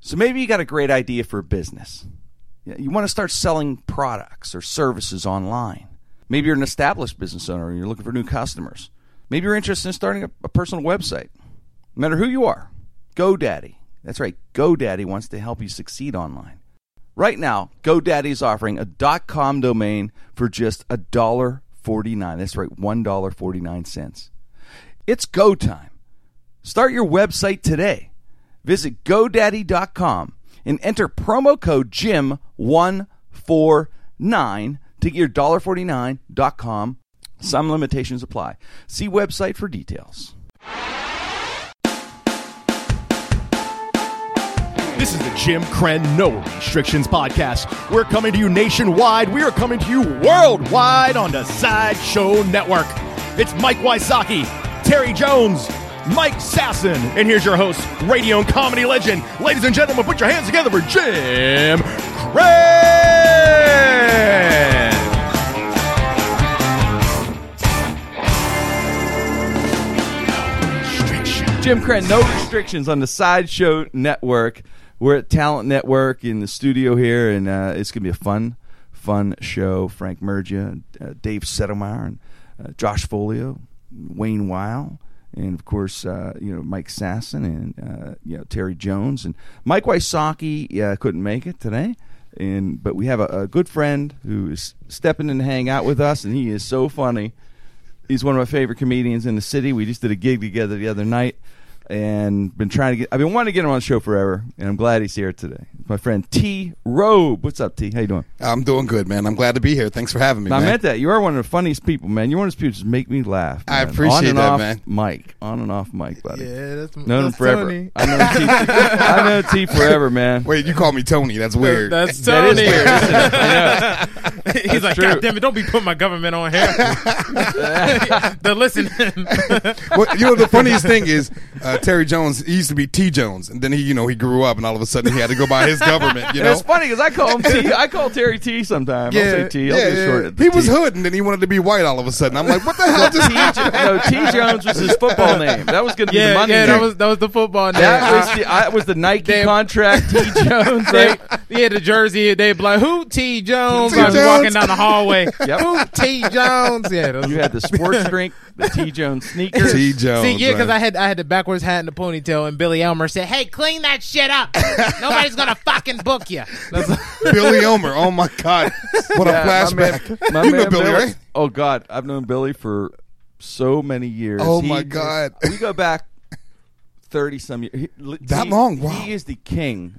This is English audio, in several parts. So maybe you got a great idea for a business. Yeah, You want to start selling products or services online. Maybe you're an established business owner and you're looking for new customers. Maybe you're interested in starting a, a personal website. No matter who you are, GoDaddy. That's right, GoDaddy wants to help you succeed online. Right now, GoDaddy is offering a .com domain for just $1.49. That's right, $1.49. It's go time. Start your website today. Visit GoDaddy.com and enter promo code JIM149 to get your $1.49.com. Some limitations apply. See website for details. This is the Jim Crenn No Restrictions Podcast. We're coming to you nationwide. We are coming to you worldwide on the Sideshow Network. It's Mike Wysocki, Terry Jones, Mike Sasson, and here's your host, radio and comedy legend. Ladies and gentlemen, put your hands together for Jim Crenn. Jim Crenn, no restrictions on the Sideshow Network. We're at Talent Network in the studio here, and uh, it's going to be a fun, fun show. Frank Mergia, uh, Dave Settlemeyer, and uh, Josh Folio, Wayne Weil, and of course, uh, you know Mike Sasson and uh, you know Terry Jones and Mike Wysocki uh, couldn't make it today. And but we have a, a good friend who is stepping in to hang out with us, and he is so funny he's one of my favorite comedians in the city. We just did a gig together the other night, and been trying to get. I've been wanting to get him on the show forever, and I'm glad he's here today. It's my friend T. Robe. What's up, T? How you doing? I'm doing good, man. I'm glad to be here. Thanks for having me. I man. meant that. You are one of the funniest people, man. You're one of those people that just make me laugh. I man. on appreciate and that, off man. Mike, on and off Mike, buddy. Yeah, that's Known him that's forever. Tony. I know T. I know T forever, man. Wait, you call me Tony? That's weird. That's That is Tony. weird, isn't it? I know. He's like, true. God damn it, don't be putting my government on here. They're listening. well, you know the funniest thing is uh, Terry Jones. He used to be T Jones, and then he, you know, he grew up, and all of a sudden he had to go by his government. You And know, It's funny because I call him T. I call Terry T. Sometimes I'll say T. I'll yeah, do yeah. short. at the He was T. hood, and then he wanted to be white. All of a sudden, I'm like, what the hell just happened? T. No, T. Jones was his football name. That was going to be the yeah, money yeah, name. that was that was the football name. That was the, I, was the Nike Damn. contract, T. Jones. they, Right? Uh, yeah, the jersey. They be like, "Who T Jones?" T. I was Jones. walking down the hallway. Yep. Who T Jones? Yeah, that was- You had the sports drink, the T. Jones sneakers. T. Jones. See, yeah, because I man. had I had the backwards hat and the ponytail, and Billy Elmer said, "Hey, clean that shit up. Nobody's gonna fucking book you." That's Billy Omer. Oh my God, what a Yeah, my man- flashback! my you man know Billy, right? Oh God, I've known Billy for so many years. Oh, my God. we go back thirty some years. He- li- That he- long? Wow. He is the king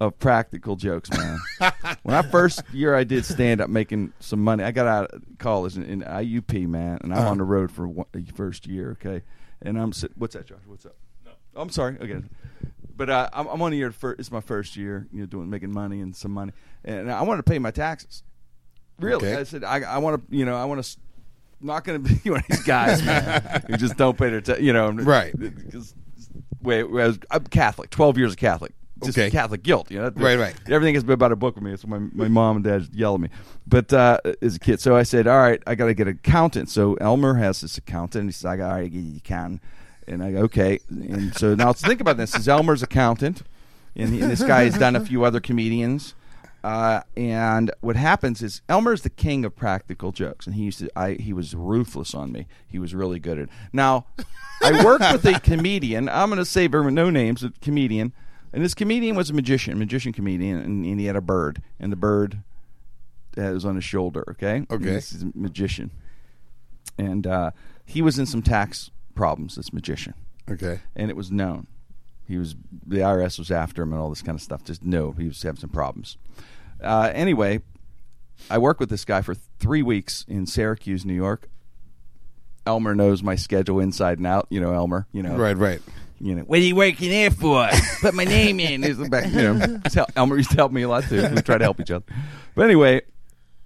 of practical jokes, man. when I first year I did stand up, making some money, I got out of college in, in IUP, man, and Uh-huh. I'm on the road for one, the first year. Okay, and I'm sit- what's that, Josh? What's up? No, I'm sorry. Okay. But uh, I'm, I'm on a year. First, it's my first year, you know, doing making money and some money, and I wanted to pay my taxes. Really, Okay. I said I, I want to, you know, I want to. Not going to be one of these guys man, who just don't pay their, ta- you know, and- Right. Just, wait, I was, I'm Catholic, twelve years of Catholic, just Okay. Catholic guilt, you know. Right, right. Everything has been about a book with me. That's what my my mom and dad yell at me. But uh, as a kid, so I said, all right, I got to get an accountant. So Elmer has this accountant. He says, I got to get you an accountant. And I go, okay. And so now let's think about this. This is Elmer's accountant, and, he- and this guy has done a few other comedians. Uh, and what happens is Elmer's the king of practical jokes, and he used to. I he was ruthless on me. He was really good at. Now, I worked with a comedian. I'm going to say very- no names. A comedian, and this comedian was a magician, magician comedian, and, and he had a bird, and the bird that was on his shoulder. Okay, And Okay. this is a magician, and uh, he was in some tax problems. This magician, Okay. and it was known. He was the IRS was after him and all this kind of stuff. Just no, he was having some problems. Uh, anyway, I worked with this guy for three weeks in Syracuse, New York. Elmer knows my schedule inside and out. You know Elmer. You know Right, right. you know, what are you working there for? Put my name in. He's back, you know, tell, Elmer used to help me a lot too. We try to help each other. But anyway,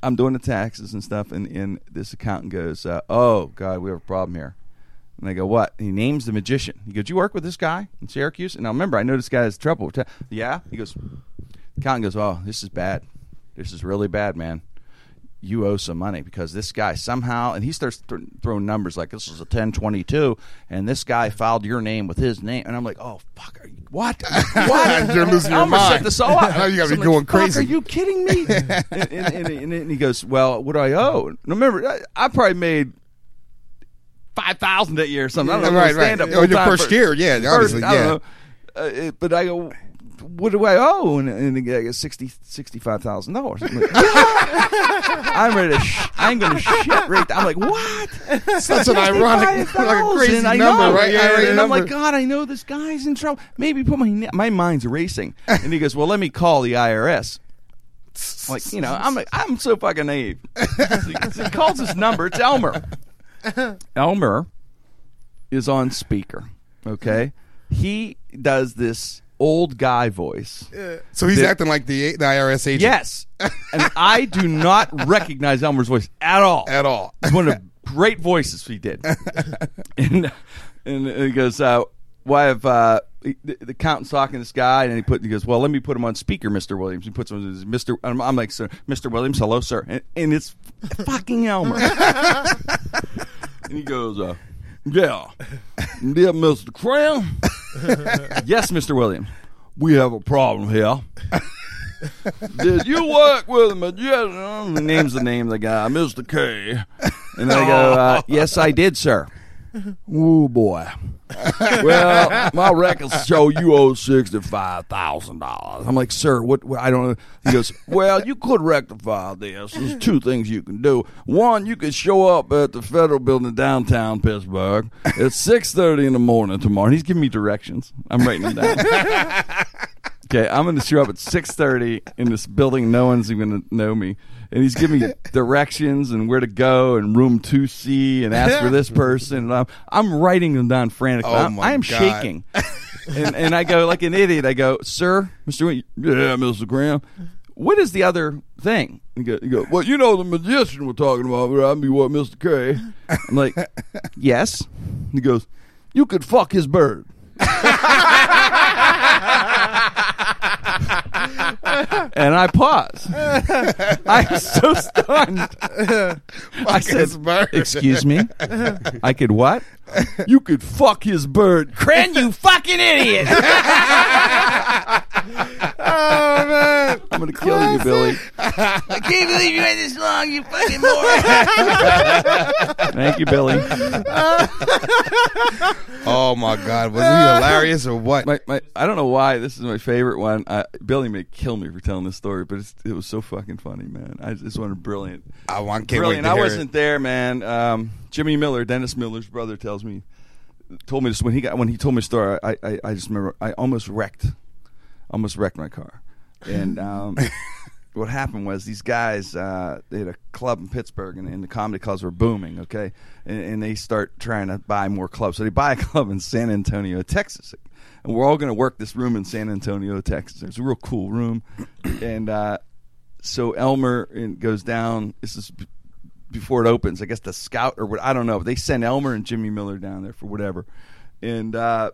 I'm doing the taxes and stuff, and, and this accountant goes, uh, "Oh God, we have a problem here." And I go, "What?" And he names the magician. He goes, "You work with this guy in Syracuse?" And now remember, I know this guy has trouble. with ta- yeah, he goes. The accountant goes, "Oh, this is bad. This is really bad, man." you owe some money because this guy somehow and he starts th- throwing numbers like this was a 1022 and this guy filed your name with his name and i'm like oh fuck are you, What? What? You're losing your I'm gonna mind. Set this all up. Now you gotta So be I'm going like, "Fuck, crazy." Are you kidding me? and, and, and, and, and he goes, "Well, what do I owe?" And remember, I, I probably made five thousand that year or something. I don't know. Right, right. stand up. Oh, your first year, yeah, obviously, I yeah. don't know. Uh, it- but I go, "What do I owe?" And, and the guy goes, 60 65000 dollars. I'm like, I'm ready to. Sh- I'm gonna shit right. I'm like, what? Such an ironic, like a crazy 55,000, I number, know. right? Yeah, Ironic and I'm number. like, God, I know this guy's in trouble. Maybe put my na- my mind's racing. And he goes, Well, let me call the IRS. I'm Like you know, I'm like, I'm so fucking naive. So he calls his number. It's Elmer. Elmer is on speaker. Okay, he does this old guy voice. so he's the- acting like the, the IRS agent. Yes, and I do not recognize Elmer's voice at all. At all. It's one of the great voices he did. and and he goes, uh, "Why have uh, the, the accountant's talking to this guy?" And he put he goes, "Well, let me put him on speaker, Mister Williams." He puts him on Mister. I'm, I'm like, "Sir, Mister Williams, hello, sir," and, and it's fucking Elmer. and he goes, uh, "Yeah, dear Mister Crown, yes, Mister Williams, we have a problem here." Did you work with him? Yes. Name's the name of the guy, Mr. K. And I go, uh, yes, I did, sir. Oh boy. well, my records show you owe sixty five thousand dollars. I'm like, sir, what, what? I don't know. He goes, well, you could rectify this. There's two things you can do. One, you could show up at the federal building downtown Pittsburgh at six thirty in the morning tomorrow. And he's giving me directions. I'm writing them down. Okay, I'm going to show up at 6:30 in this building. No one's even going to know me, and he's giving me directions and where to go and room 2C and ask for this person. And I'm, I'm writing them down frantically. Oh, I'm, my I'm God. shaking, and, and I go like an idiot. I go, "Sir, Mr. Wing, yeah, Mr. Graham, what is the other thing?" He go, he go, "Well, you know the magician we're talking about. but I'd be what, Mr. K." I'm like, "Yes." He goes, "You could fuck his bird." and I paused. I was so stunned. I his bird. "Excuse me, I could what? You could fuck his bird, Cran, you fucking idiot! Oh man. I'm gonna kill you, Billy. I can't believe you went this long, you fucking moron. Thank you, Billy. Oh my God, was he hilarious or what? My, my, I don't know why this is my favorite one. I, Billy may kill me for telling this story, but it's, it was so fucking funny, man. I just wanted brilliant. I, I can't wait Brilliant. to I hear wasn't there, man. Um, Jimmy Miller, Dennis Miller's brother, tells me, told me this when he got when he told me the story. I, I, I just remember I almost wrecked, almost wrecked my car, and um, what happened was these guys uh, they had a club in Pittsburgh, and, and the comedy clubs were booming. Okay, and, and they start trying to buy more clubs, so they buy a club in San Antonio, Texas. And we're all going to work this room in San Antonio, Texas. It's a real cool room, and uh, so Elmer and goes down. This is b- before it opens. I guess the scout or what I don't know. They send Elmer and Jimmy Miller down there for whatever. And uh,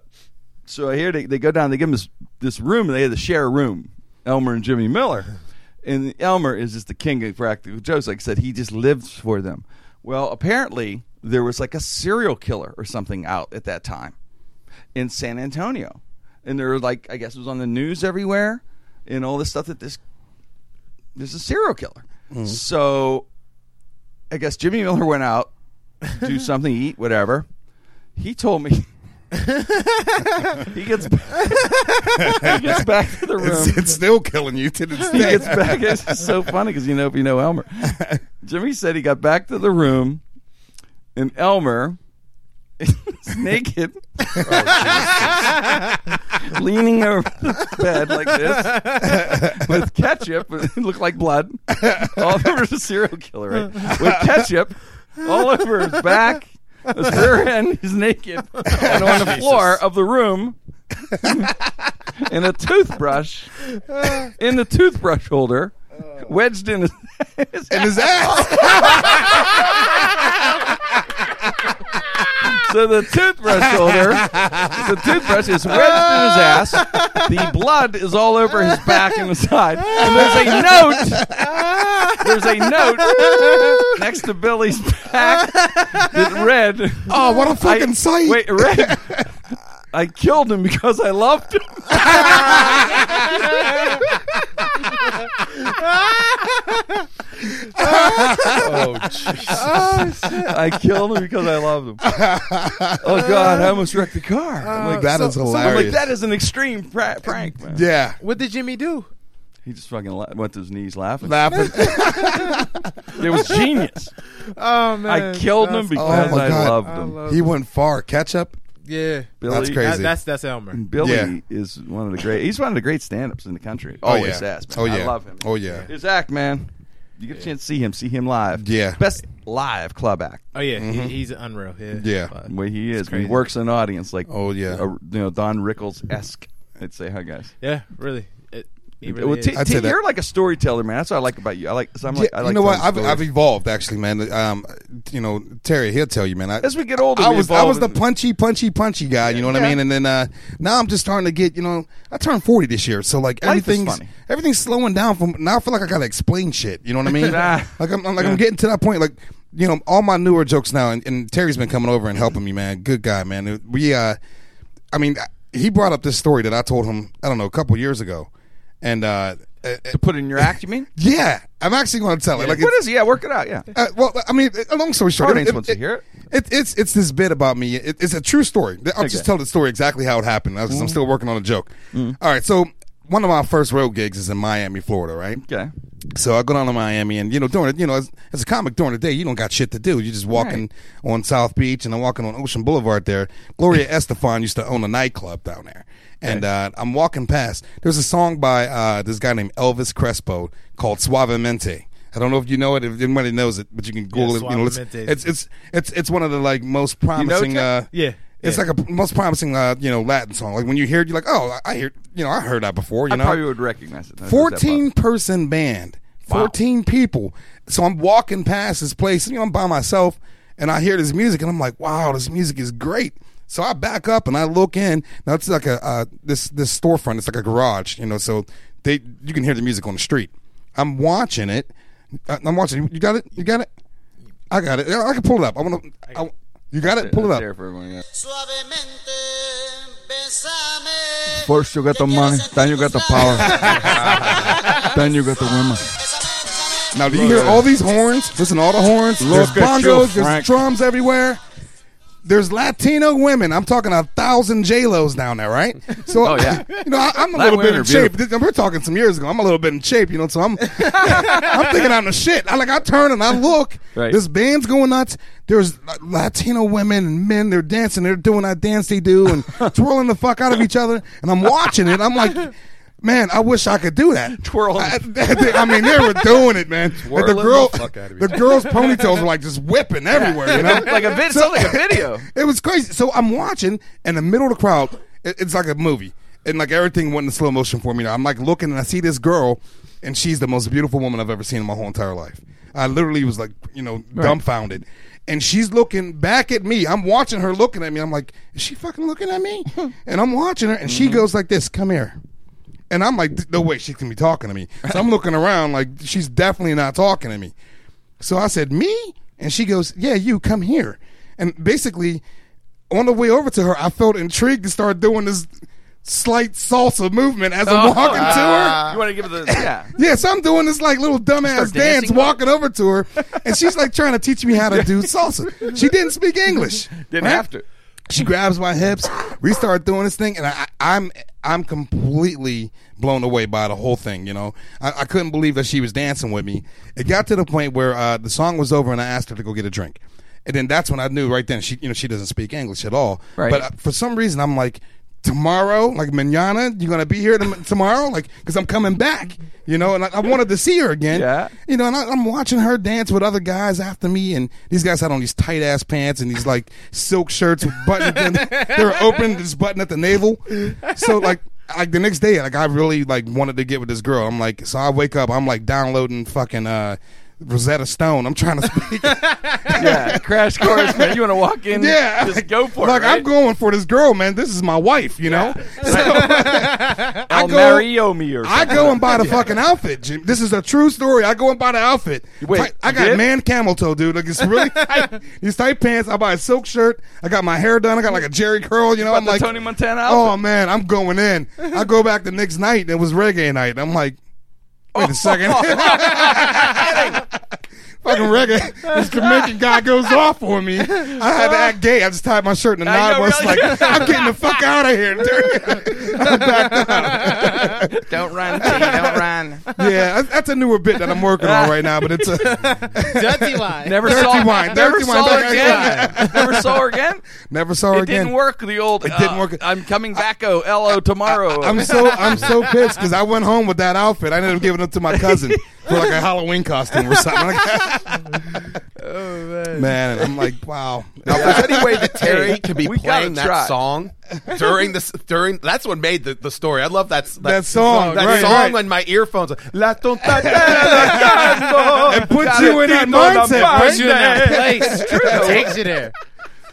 so I hear they, they go down. They give them this this room. and They had to share a room. Elmer and Jimmy Miller. And Elmer is just the king of practical jokes. Like I said, he just lives for them. Well, apparently there was like a serial killer or something out at that time in San Antonio, and there were like I guess it was on the news everywhere, and all this stuff that this there's a serial killer. So I guess Jimmy Miller went out, do something, eat, whatever. He told me he gets he gets back to the room. It's, it's still killing you to this he day. gets back. It's just so funny because you know if you know Elmer. Jimmy said he got back to the room, and Elmer is naked, leaning over the bed like this with ketchup. It looked like blood all over the serial killer, right? With ketchup all over his back. His rear end, he's naked, and on the floor of the room, and a toothbrush in the toothbrush holder, wedged in his, his in his ass. So the toothbrush holder, the toothbrush is wedged in his ass. The blood is all over his back and his side. And there's a note. There's a note next to Billy's back that read, oh, what a fucking I- sight! Wait, it read, I killed him because I loved him. Oh, jeez. Oh, I killed him because I loved him. Oh God, I almost wrecked the car. I'm like, That is I'm Uh, like hilarious. that is an extreme pra- prank, man. yeah. What did Jimmy do? He just fucking la- went to his knees laughing. Laughing. It was genius. Oh man, I killed him That's- because Oh, my I God. loved I him. love he it. went far. Ketchup. Yeah, Billy, That's crazy. That- that's that's Elmer. Billy Yeah. is one of the great. He's one of the great stand-ups in the country. Oh, Always yeah. has. Oh, man. yeah. I love him. Oh, yeah. His act, man. You get a chance to see him. See him live. Yeah. Best live club act. Oh yeah, Mm-hmm. he, he's unreal. Yeah, Yeah. But- Where he is, he crazy. works an audience like. Oh, yeah. a- you know Don Rickles esque. I'd say hi guys. yeah, really. It, he really Well, is. T- I'd T, say that. you're like a storyteller, man. That's what I like about you. I like. So I'm like, I Yeah, like you know what? telling I've, I've stories. evolved actually, man. Um, you know, Terry, he'll tell you, man. I, As we get older, I we was I evolve was the and- punchy, punchy, punchy guy. You know what Yeah. I mean? And then uh, now I'm just starting to get. You know, I turned forty this year, so like Life is everything's funny. everything's slowing down. From now, I feel like I gotta explain shit. You know what I mean? Nah. like I'm, I'm like I'm getting to that point. Like you know, all my newer jokes now, and, and Terry's been coming over and helping me, man. Good guy, man. We, uh, I mean, he brought up this story that I told him. I don't know, a couple years ago, and uh, uh, uh, to put in your act. You mean? yeah, I'm actually going to tell it. Like what it's- is it? Yeah, work it out. Yeah. uh, well, I mean, uh, long story short, Audience wants to hear it. it- It's it's this bit about me. It, it's a true story. I'll Okay. Mm-hmm. Mm. just tell the story exactly how it happened. Because I'm still working on a joke. All right, so one of my first road gigs is in Miami, Florida, right? Okay. So I go down to Miami, and you know, during the, you know, as, as a comic during the day, you don't got shit to do. You're just walking on South Beach, and I'm walking on Ocean Boulevard there. Gloria Estefan used to own a nightclub down there, and uh, I'm walking past. There's a song by uh, this guy named Elvis Crespo called Suavemente. I don't know if you know it. If anybody knows it, but you can Google it. You know, it's, Suavemente. it's it's it's it's one of the like most promising. Jack? uh, Yeah, It's yeah. like a p- most promising, uh, you know, Latin song. Like when you hear it, you're like, oh, I I hear, you know, I heard that before. You I know, probably would recognize it. That's what that 14 person band 14 people so i'm walking past this place and you know i'm by myself and i hear this music and i'm like wow this music is great so i back up and i look in now it's like a uh, this this storefront it's like a garage you know so they you can hear the music on the street i'm watching it I- i'm watching you got it you got it i got it Yeah, i can pull it up i want to I- you got it was. pull it That's up there for everyone, yeah. Suavemente, besame. First you got the Te quiero money, sentir then you got the tus power, labios. then you got the women. Bésame, bésame. Now, do you hear all these horns? Listen, to all the horns. Look there's at you, bongos. Frank. there's drums everywhere. There's Latino women. I'm talking a thousand J Los down there, right? So, Oh, yeah. you know, I, I'm a Latin little bit women in are shape. Th- We're talking some years ago. I'm a little bit in shape, you know. So I'm, I'm thinking I'm the shit. I like I turn and I look. Right. This band's going nuts. There's La- Latino women and men. They're dancing. They're doing that dance they do and twirling the fuck out of each other. And I'm watching it. I'm like. Man, I wish I could do that. Twirl. I, I mean, they were doing it, man. Like the Twirling girl, the fuck outta me. the girl's ponytails were like just whipping everywhere, you know. like a vid- sounds like a video. It was crazy. So I'm watching, and the middle of the crowd, it, it's like a movie, and like everything went in slow motion for me. I'm like looking, and I see this girl, and she's the most beautiful woman I've ever seen in my whole entire life. I literally was like, you know, dumbfounded. And she's looking back at me. I'm watching her looking at me. I'm like, is she fucking looking at me? And I'm watching her, and she Mm-hmm. goes like this, come here. And I'm like, no way, she's gonna be talking to me. So I'm looking around like she's definitely not talking to me. So I said, me? And she goes, yeah, you come here. And basically, on the way over to her, I felt intrigued to start doing this slight salsa movement as Oh. I'm walking to her. You want to give it the yeah? Yeah, so I'm doing this like little dumbass dance, Ah. dancing? walking over to her, and she's like trying to teach me how to do salsa. She didn't speak English. Didn't right? have to. She grabs my hips. We start doing this thing, and I, I- I'm I'm completely blown away by the whole thing. You know, I, I couldn't believe that she was dancing with me. It got to the point where uh, the song was over, and I asked her to go get a drink. And then that's when I knew right then she you know she doesn't speak English at all. Right. But uh, for some reason I'm like tomorrow like manana you're gonna be here tom- tomorrow like because I'm coming back you know and I, I wanted to see her again Yeah. you know, and I, I'm watching her dance with other guys after me, and these guys had on these tight ass pants and these like silk shirts with buttons. and they were open, just button at the navel. So like, like the next day, like I really like wanted to get with this girl. I'm like, so I wake up, I'm like downloading fucking. uh Rosetta Stone. I'm trying to speak. yeah, crash course, man. You want to walk in? yeah, just go for like, it. Right? I'm going for this girl, man. This is my wife, you know. El go- Mario me or I something. go and buy the fucking outfit. Jim. This is a true story. I go and buy the outfit. Wait, Tight- I you got did? man camel toe, dude. Like it's really tight. These tight pants. I buy a silk shirt. I got my hair done. I got like a Jerry curl. You know, I'm the like Tony Montana Oh outfit. man, I'm going in. I go back the next night. and It was reggae night. I'm like, wait a second. Fucking reggae. This Jamaican guy goes off on me. I had to act gay. I just tied my shirt in a I knot. know, was really? like, I'm getting the fuck out of here. dude." I backed out. Don't run, T, don't run. Yeah, that's- that's a newer bit that I'm working on right now, but it's uh, a Dirty line. Never Dirty saw, wine, never dirty saw wine. her again. never saw her again. never saw her It again. didn't work. The old. It didn't uh, work. I'm coming back. Oh, lo tomorrow. I'm so I'm so pissed because I went home with that outfit. I ended up giving it to my cousin for like a Halloween costume or something. Like man. and I'm like, wow. Now, if there's any way that Terry could be We gotta playing try. that song during this during that's what made the, the story. I love that that, That song, That right, song right. on my earphones. La tonta- it puts you in that mindset, Puts you in that place. Takes you there.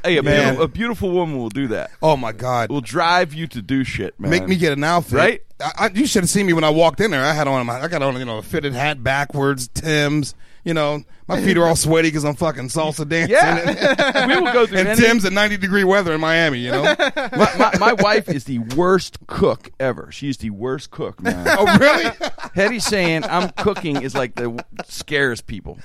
Hey, a Man. beautiful, a beautiful woman will do that. Oh my god. Will drive you to do shit, man. Make me get an outfit, Right? I, I, you should have seen me when I walked in there. I had on my, I got on, you know, a fitted hat backwards, Tim's. You know, my feet are all sweaty because I'm fucking salsa dancing. Yeah, we will go through and any- Tim's at 90 degree weather in Miami. You know? My, my, my wife is the worst cook ever. She's the worst cook, man. oh really? Hetty saying I'm cooking is like the scares people.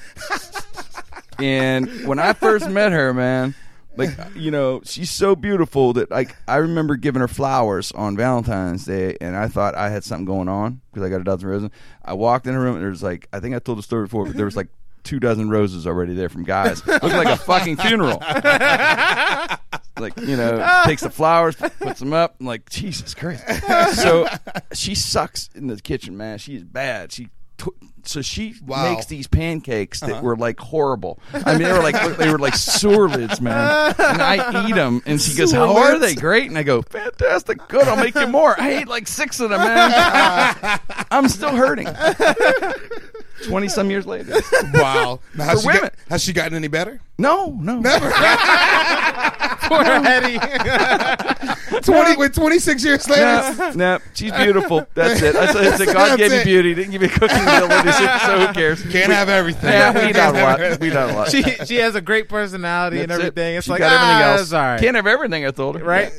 And when I first met her, man, like you know, she's so beautiful that like I remember giving her flowers on Valentine's Day, and I thought I had something going on because I got a dozen roses. I walked in her room, and there was like I think I told the story before, but there was like two dozen roses already there from guys. Looked like a fucking funeral. like you know takes the flowers puts them up I'm like jesus christ so she sucks in the kitchen man she is bad she tw- so she Wow. makes these pancakes that were like horrible. I mean, they were like they were like sewer lids, man. And I eat them, and she goes, "How are they? Great!" And I go, "Fantastic, good. I'll make you more." I ate like six of them, man. I'm still hurting. Twenty some years later. wow. Now, For has, she got- women. has she gotten any better? No, no. Poor Hetty. 20 with 26 years later. No, no, she's beautiful. That's it. That's, that's it. God That's gave me it. beauty, didn't give me cooking ability, so, so who cares? Can't have everything. Yeah, we done a lot. We done a lot. She she has a great personality and That's it. everything. It's She like got everything ah, else. that's all right. Can't have everything. I told her. right?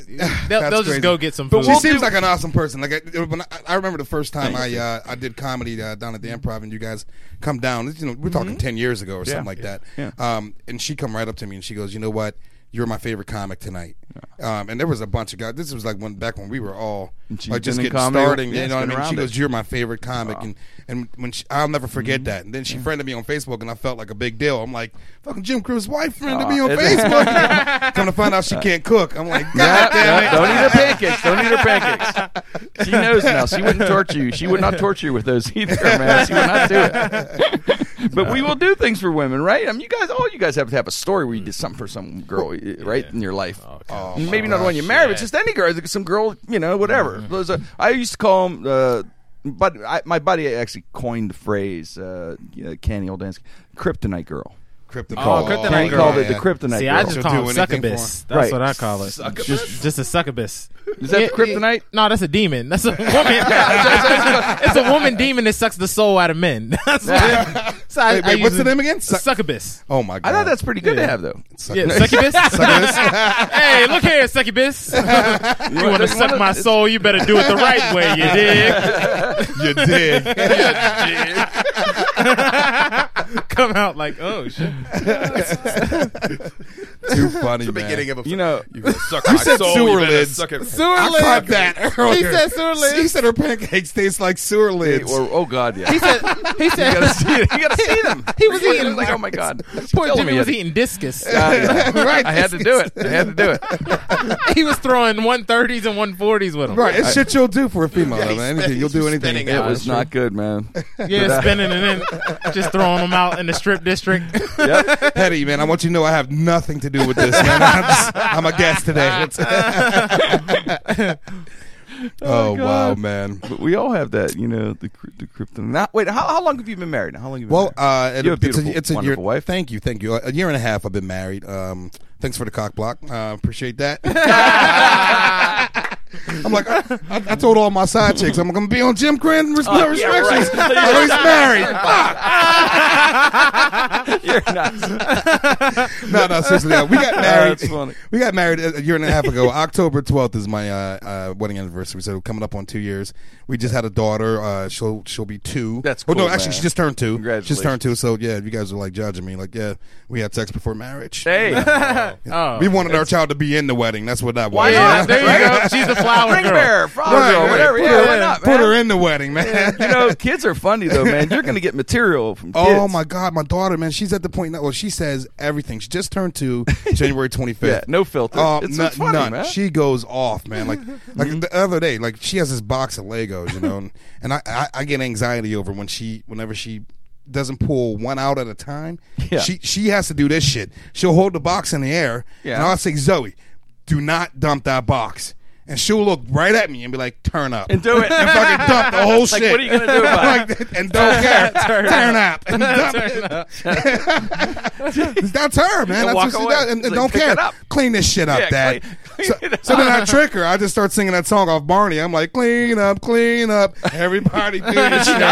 They'll, they'll crazy. just go get some But food. She we'll seems do- like an awesome person. Like I, when I, I remember the first time I uh, I did comedy uh, down at the Improv, and you guys come down. You know, we're talking ten years ago or something like that. Mm-hmm. Yeah. Um, and she come right up to me and she goes, "You know what? You're my favorite comic tonight." Um, and there was a bunch of guys. This was like when back when we were all she's like just been in getting comedy, starting. yeah, you know what I been mean? around She it. Mm-hmm. goes, "You're my favorite comic," and and when she, I'll never forget that. And then she friended me on Facebook, and I felt like a big deal. I'm like, "Fucking Jim Crew's wife friended Aw, me on it- Facebook." Come to find out, she can't cook. I'm like, Yeah, "God damn yeah, it!" Don't eat her pancakes. Don't eat her pancakes. She knows now. She wouldn't torture you. She would not torture you with those either, man. She would not do it. But we will do things for women, right? I mean, you guys, all you guys have to have a story where you did something for some girl, eh, right, in your life. Oh, my Maybe not the one you married, but just any girl, some girl, you know, whatever. Mm-hmm. Those are- I used to call them. Uh, but I, my buddy actually coined the phrase, uh, you know, Canny Oldansky, "Kryptonite girl." Kryptonite. Oh, kryptonite Kenny Kryptonite girl. called it the Yeah. kryptonite. See, girl. I just She'll call do it anything succubus. for 'em. That's Right. what I call it. Just, just a succubus. Is that the kryptonite? No, that's a demon. That's a woman. it's a woman demon that sucks the soul out of men. That's what- so I- Wait, I wait, what's the usually- name again? Suc- Succubus. Oh my god! I thought that's pretty good to Yeah. have, though. Yeah, succubus. hey, look here, succubus. you want to suck my soul? You better do it the right way. You dig? you did. Come out like, oh shit. Too funny, the beginning of a You know, you suck my said soul, sewer you better lids. Suck it. Sewer I caught that earlier. said sewer lids. She said her pancakes taste like sewer lids. Or, oh God, yeah. He said. He said. you gotta see it. You gotta see them. He was You're eating like, oh my God. She's Poor killing Jimmy me. was eating discus. Uh, yeah. Right. I had to do it. I had to do it. he was throwing 130s and 140s with him. Right, it's shit you'll do for a female. Yeah, man. he's Anything spinning- you'll do he's anything. spinning It out. was not good, man. Yeah, spinning and then just throwing them out in the strip district. Yep. Hetty, man, I want you to know I have nothing to do with this. Man. I'm, just- I'm a guest today. It's- Oh, wow, God. man. But we all have that, you know, the cr- the krypton. Now, wait, how, how long have you been married? Now, How long have you been Well, uh, married? it- you have a it's beautiful, a, it's a year. wonderful wife. Thank you, thank you. A year and a half I've been married. Um, thanks for the cock block. Uh, appreciate that. I'm like, I, I, I told all my side chicks, I'm gonna be on Jim Crenn res- no restrictions. Oh, he's married. Fuck. You're not. No, no, seriously, no. we got married. That's funny. We got married a a year and a half ago. October 12th is my uh, uh, wedding anniversary, so coming up on two years. We just had a daughter. Uh, she'll she'll be two. That's Oh no, cool, actually, man. she just turned two. She just turned Congratulations. two. So yeah, you guys are like judging me, like yeah, we had sex before marriage. Hey, Oh. We wanted our child to be in the wedding. That's what that was. Why Yeah, not? there you go. She's the flower ring girl. bearer, frog Right, girl, right. whatever. Put Yeah, her why in- not, Put man? her in the wedding, man. You know, kids are funny though, man. You're gonna get material from kids. Oh my God, my daughter, man, she's at the point now. Well, she says everything. She just turned two, January twenty fifth. Yeah, no filter. It's so funny, man. She goes off, man. Like, like the other day, like she has this box of Legos, you know, and, and I, I, I get anxiety over when she, whenever she doesn't pull one out at a time. Yeah. She, she has to do this shit. She'll hold the box in the air, Yeah. and I'll say, Zoe, do not dump that box. And she'll look right at me and be like, "Turn up." and do it. and fucking dump the whole Like, shit. what are you gonna do about Like, and don't care. turn, up. And dump it. That's her, man. walk That's what she away. does. And, and She's like, don't "Pick care. it up." Clean this shit up, Yeah, Dad. clean- so, clean it so then I trick her. I just start singing that song off Barney. I'm like, clean up, clean up. Everybody do this shit.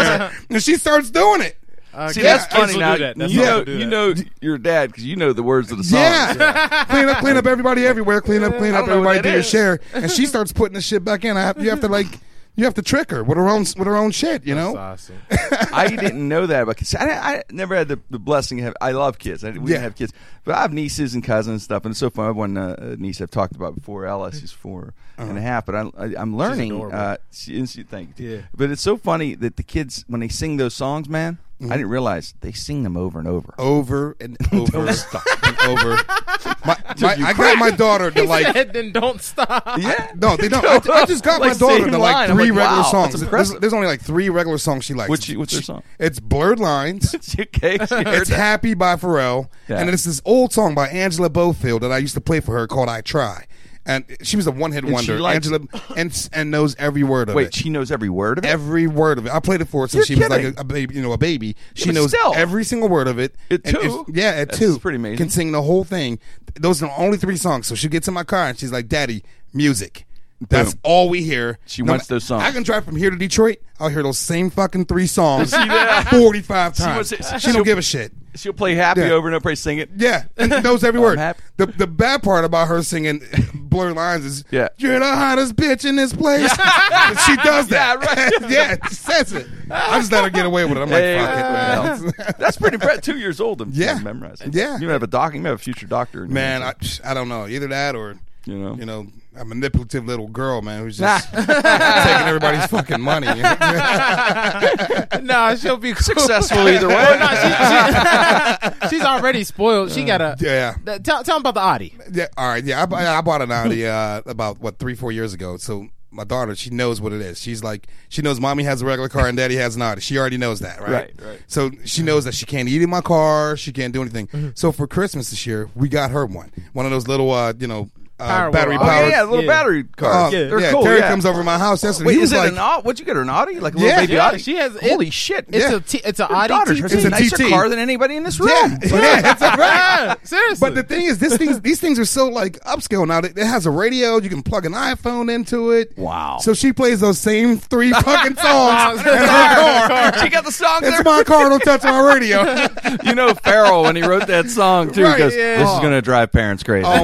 And she starts doing it. See, Okay. that's Uh, Kids will funny do now. that. That's You how know, they do you that. know your dad because you know the words of the song. Yeah. clean up, clean up, everybody everywhere. Clean up, clean Oh, I up, don't know what everybody do that your is. share. And she starts putting the shit back in. I have, you have to like, you have to trick her with her own with her own shit. You know. Awesome. I didn't know that about kids. I, I never had the, the blessing of having, I love kids. I, we Yeah. didn't have kids. But I have nieces and cousins and stuff. And it's so fun. I have one uh, niece I've talked about before. Ella, she's four Uh-huh. and a half. But I, I, I'm learning. adorable. uh, she, and she, thank you. Yeah. But it's so funny that the kids, when they sing those songs, man, Mm-hmm. I didn't realize they sing them over and over. Oh, over and over and over. My, my, I got my daughter to like. then don't stop. Yeah. No, they don't. I, ju- I just got Like my daughter same to like line. I'm three like, wow, regular songs. that's There's, impressive. there's only like three regular songs she likes. Which- what's her She- song? It's Blurred Lines. okay. It's Happy by Pharrell. Yeah. And it's this old song by Angela Bofield that I used to play for her called I Try. And she was a one hit she wonder. likes Angela and and knows every word of it. Wait, she knows every word of it? every word of it. I played it for her since You're she was kidding. like a, a baby, you know, a baby. She but knows still. every single word of it. At And two? if- yeah, at That's two, pretty amazing. Can sing the whole thing. Those are the only three songs. So she gets in my car and she's like, "Daddy, music." That's Boom. all we hear. She wants those songs. I can drive from here to Detroit. I'll hear those same fucking three songs forty-five times. wants She, it- don't she'll- give a shit. She'll play happy Yeah. over and over and sing it. Yeah, and knows every word. Oh, happy. The the bad part about her singing blurred lines is Yeah. you're the hottest bitch in this place. And she does that. Yeah, right. yeah, she says it. I just let her get away with it. I'm like, Hey, fuck it, man. well, that's pretty impressive. Two years old and Yeah. memorizing. Yeah. you may have a doctor. You may have a future doctor. In your Man, I, hands. I don't know. Either that or You know. you know, a manipulative little girl, man, who's just taking everybody's fucking money. nah, she'll be cool. successful either way. Well, nah, she- she- she's already spoiled. She got a. yeah. Th- Tell, tell 'em about the Audi. Yeah, all right. Yeah, I, bu- I bought an Audi uh, about what three, four years ago. So my daughter, she knows what it is. She's like, she knows mommy has a regular car and daddy has an Audi. She already knows that, right? Right, right. So she knows that she can't eat in my car. She can't do anything. So for Christmas this year, we got her one, one of those little, uh, you know, uh, Power battery oh wall. yeah, powered. yeah, little Yeah. battery cars. yeah, They're cool. Terry Oh, yeah. comes over to my house yesterday. Wait, he is was it like, an Audi? What'd you get? An Audi? Like a Yeah. little baby Yeah, Audi? she has- it- Holy shit! It's Yeah. a t- it's an Your Audi daughter has It's a a TT. nicer TT. car than anybody in this room. yeah, yeah, it's a right. Yeah, seriously. But the thing is, this thing's, these things are so like upscale now. It it has a radio. You can plug an iPhone into it. Wow. So she plays those same three fucking songs in her car. She got the song It's there. my car. Don't touch my radio. You know Farrell when he wrote that song too. Right, goes, yeah. This is gonna drive parents crazy. Oh my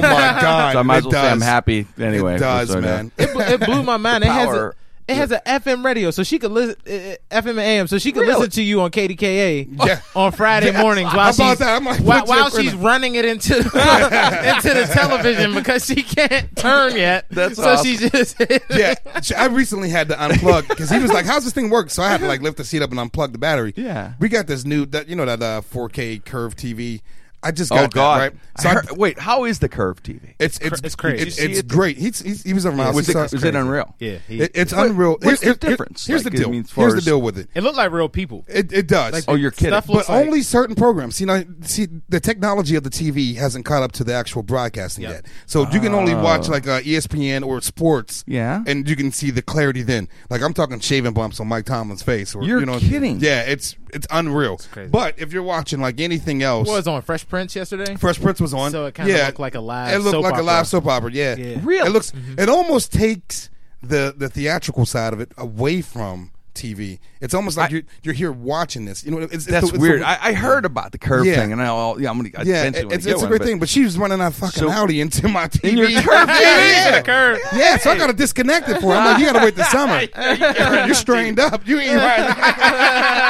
god! So I might as It well say I'm does. happy anyway. It does, so I know. man. it, bl- it blew my mind. It has a, power. it has an FM radio, so she could listen uh, uh, FM and AM, so she could Really? listen to you on KDKA Yeah. on Friday mornings while How about she's that? I'm like, while, put while your friend she's in. running it into into the television because she can't turn yet. That's so awesome. she just yeah, Sh- I recently had to unplug because he was like, "How's this thing work?" So I had to like lift the seat up and unplug the battery. Yeah. we got this new that you know that uh, 4K curved TV. I just got Oh God! that, right? I So I- heard- wait, how is the curve TV? it's it's It's crazy. It's, You see it's it? great. He's, he's, he was on my house. was He it saw- was it unreal? Yeah, he, It- it's unreal. where's Here's- the here's- difference? Here's Like, the I deal. mean, as far Here's the as- deal with it. it looked like real people. It, it does. Oh, you're kidding! Stuff but looks like- only certain programs. See, now, see, the technology of the TV hasn't caught up to the actual broadcasting Yeah. yet. So you can only watch like uh, ESPN or sports. Ah. Yeah. and you can see the clarity then. Like I'm talking shaving bumps on Mike Tomlin's face. Or, You're you know, kidding. Yeah, it's it's unreal. crazy. But if you're watching like anything else, What was on Fresh Prince yesterday? Fresh Prince was on. So it kinda Yeah. looked like a live It looked soap like opera. a live soap opera. Yeah, Yeah. Mm-hmm. Really? It looks. It almost takes the the theatrical side of it away from TV. It's almost like I- you're you're here watching this. You know, it's, it's That's the- it's the- weird. I, I heard about the curve Yeah. thing, and I all yeah, I'm gonna I yeah, eventually wanna it's, get it's a one, great but- thing. But she was running out fucking So- howdy into my TV. In your curve Yeah, TV. the curve. Yeah, so I got to disconnect it for. her. I'm like, you got to wait the summer. You're strained up. You ain't right.